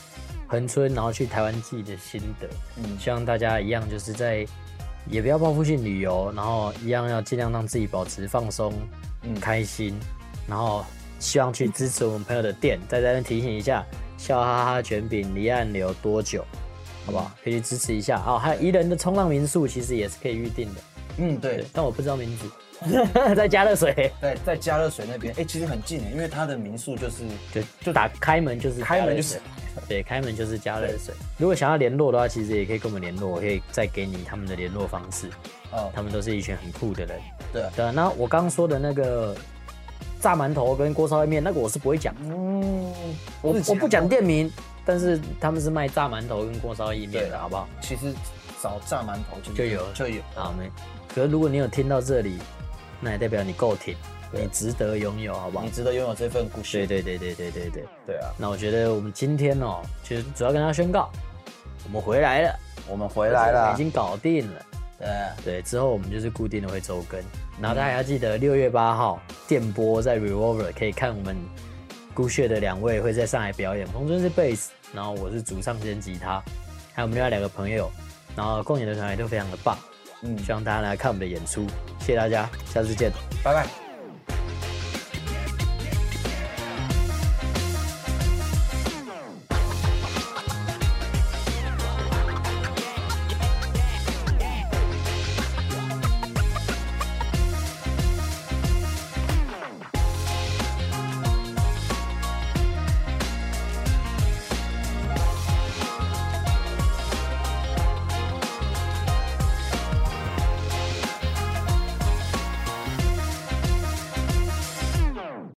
[SPEAKER 1] 恒春，然后去台湾记的心得，
[SPEAKER 2] 嗯
[SPEAKER 1] 希望大家一样就是在也不要报复性旅游，然后一样要尽量让自己保持放松、
[SPEAKER 2] 嗯
[SPEAKER 1] 开心，然后希望去支持我们朋友的店，在这边提醒一下，笑哈哈卷饼离岸流多久，好不好？
[SPEAKER 2] 嗯
[SPEAKER 1] 可以去支持一下哦。还有宜人的冲浪民宿其实也是可以预定的，
[SPEAKER 2] 嗯，
[SPEAKER 1] 对
[SPEAKER 2] 对，，
[SPEAKER 1] 但我不知道名字， [laughs] 在加热水。
[SPEAKER 2] 在在加热水那边，哎、其实很近的，因为它的民宿就是
[SPEAKER 1] 就就打开门就是
[SPEAKER 2] 开门就
[SPEAKER 1] 加
[SPEAKER 2] 是
[SPEAKER 1] 热水对，开门就是加热水。如果想要联络的话，其实也可以跟我们联络，我可以再给你他们的联络方式。
[SPEAKER 2] 哦，
[SPEAKER 1] 他们都是一群很酷的人。
[SPEAKER 2] 对啊
[SPEAKER 1] 对啊，那我刚刚说的那个炸馒头跟锅烧意面，那个我是不会讲，
[SPEAKER 2] 嗯，
[SPEAKER 1] 我
[SPEAKER 2] 自己
[SPEAKER 1] 我不
[SPEAKER 2] 还
[SPEAKER 1] 讲。店名，但是他们是卖炸馒头跟锅烧意面
[SPEAKER 2] 对
[SPEAKER 1] 的，
[SPEAKER 2] 啊
[SPEAKER 1] 好不好？
[SPEAKER 2] 其实找炸馒头就
[SPEAKER 1] 就有了
[SPEAKER 2] 就有，
[SPEAKER 1] 好没。可是如果你有听到这里，那也代表你够挺，
[SPEAKER 2] 对嗯
[SPEAKER 1] 你值得拥有，好不好
[SPEAKER 2] 你？值得拥有这份故
[SPEAKER 1] 对
[SPEAKER 2] 事。
[SPEAKER 1] 对对对对对对。
[SPEAKER 2] 对啊，
[SPEAKER 1] 那我觉得我们今天哦，其实主要跟大家宣告，我们回来了，
[SPEAKER 2] 我们
[SPEAKER 1] 回
[SPEAKER 2] 回来
[SPEAKER 1] 已
[SPEAKER 2] 了，
[SPEAKER 1] 经搞定了。
[SPEAKER 2] 对，
[SPEAKER 1] 对，之后我们就是固定的会周更，然后大家要记得六月八号电波在 Revolver 可以看我们孤血的两位会在上海表演，彭尊是 bass，然后我是主唱兼吉他，还有我们另外两个朋友，然后共演的团员都非常的棒，
[SPEAKER 2] 嗯，
[SPEAKER 1] 希望大家来看我们的演出，谢谢大家，下次见。
[SPEAKER 2] 拜拜。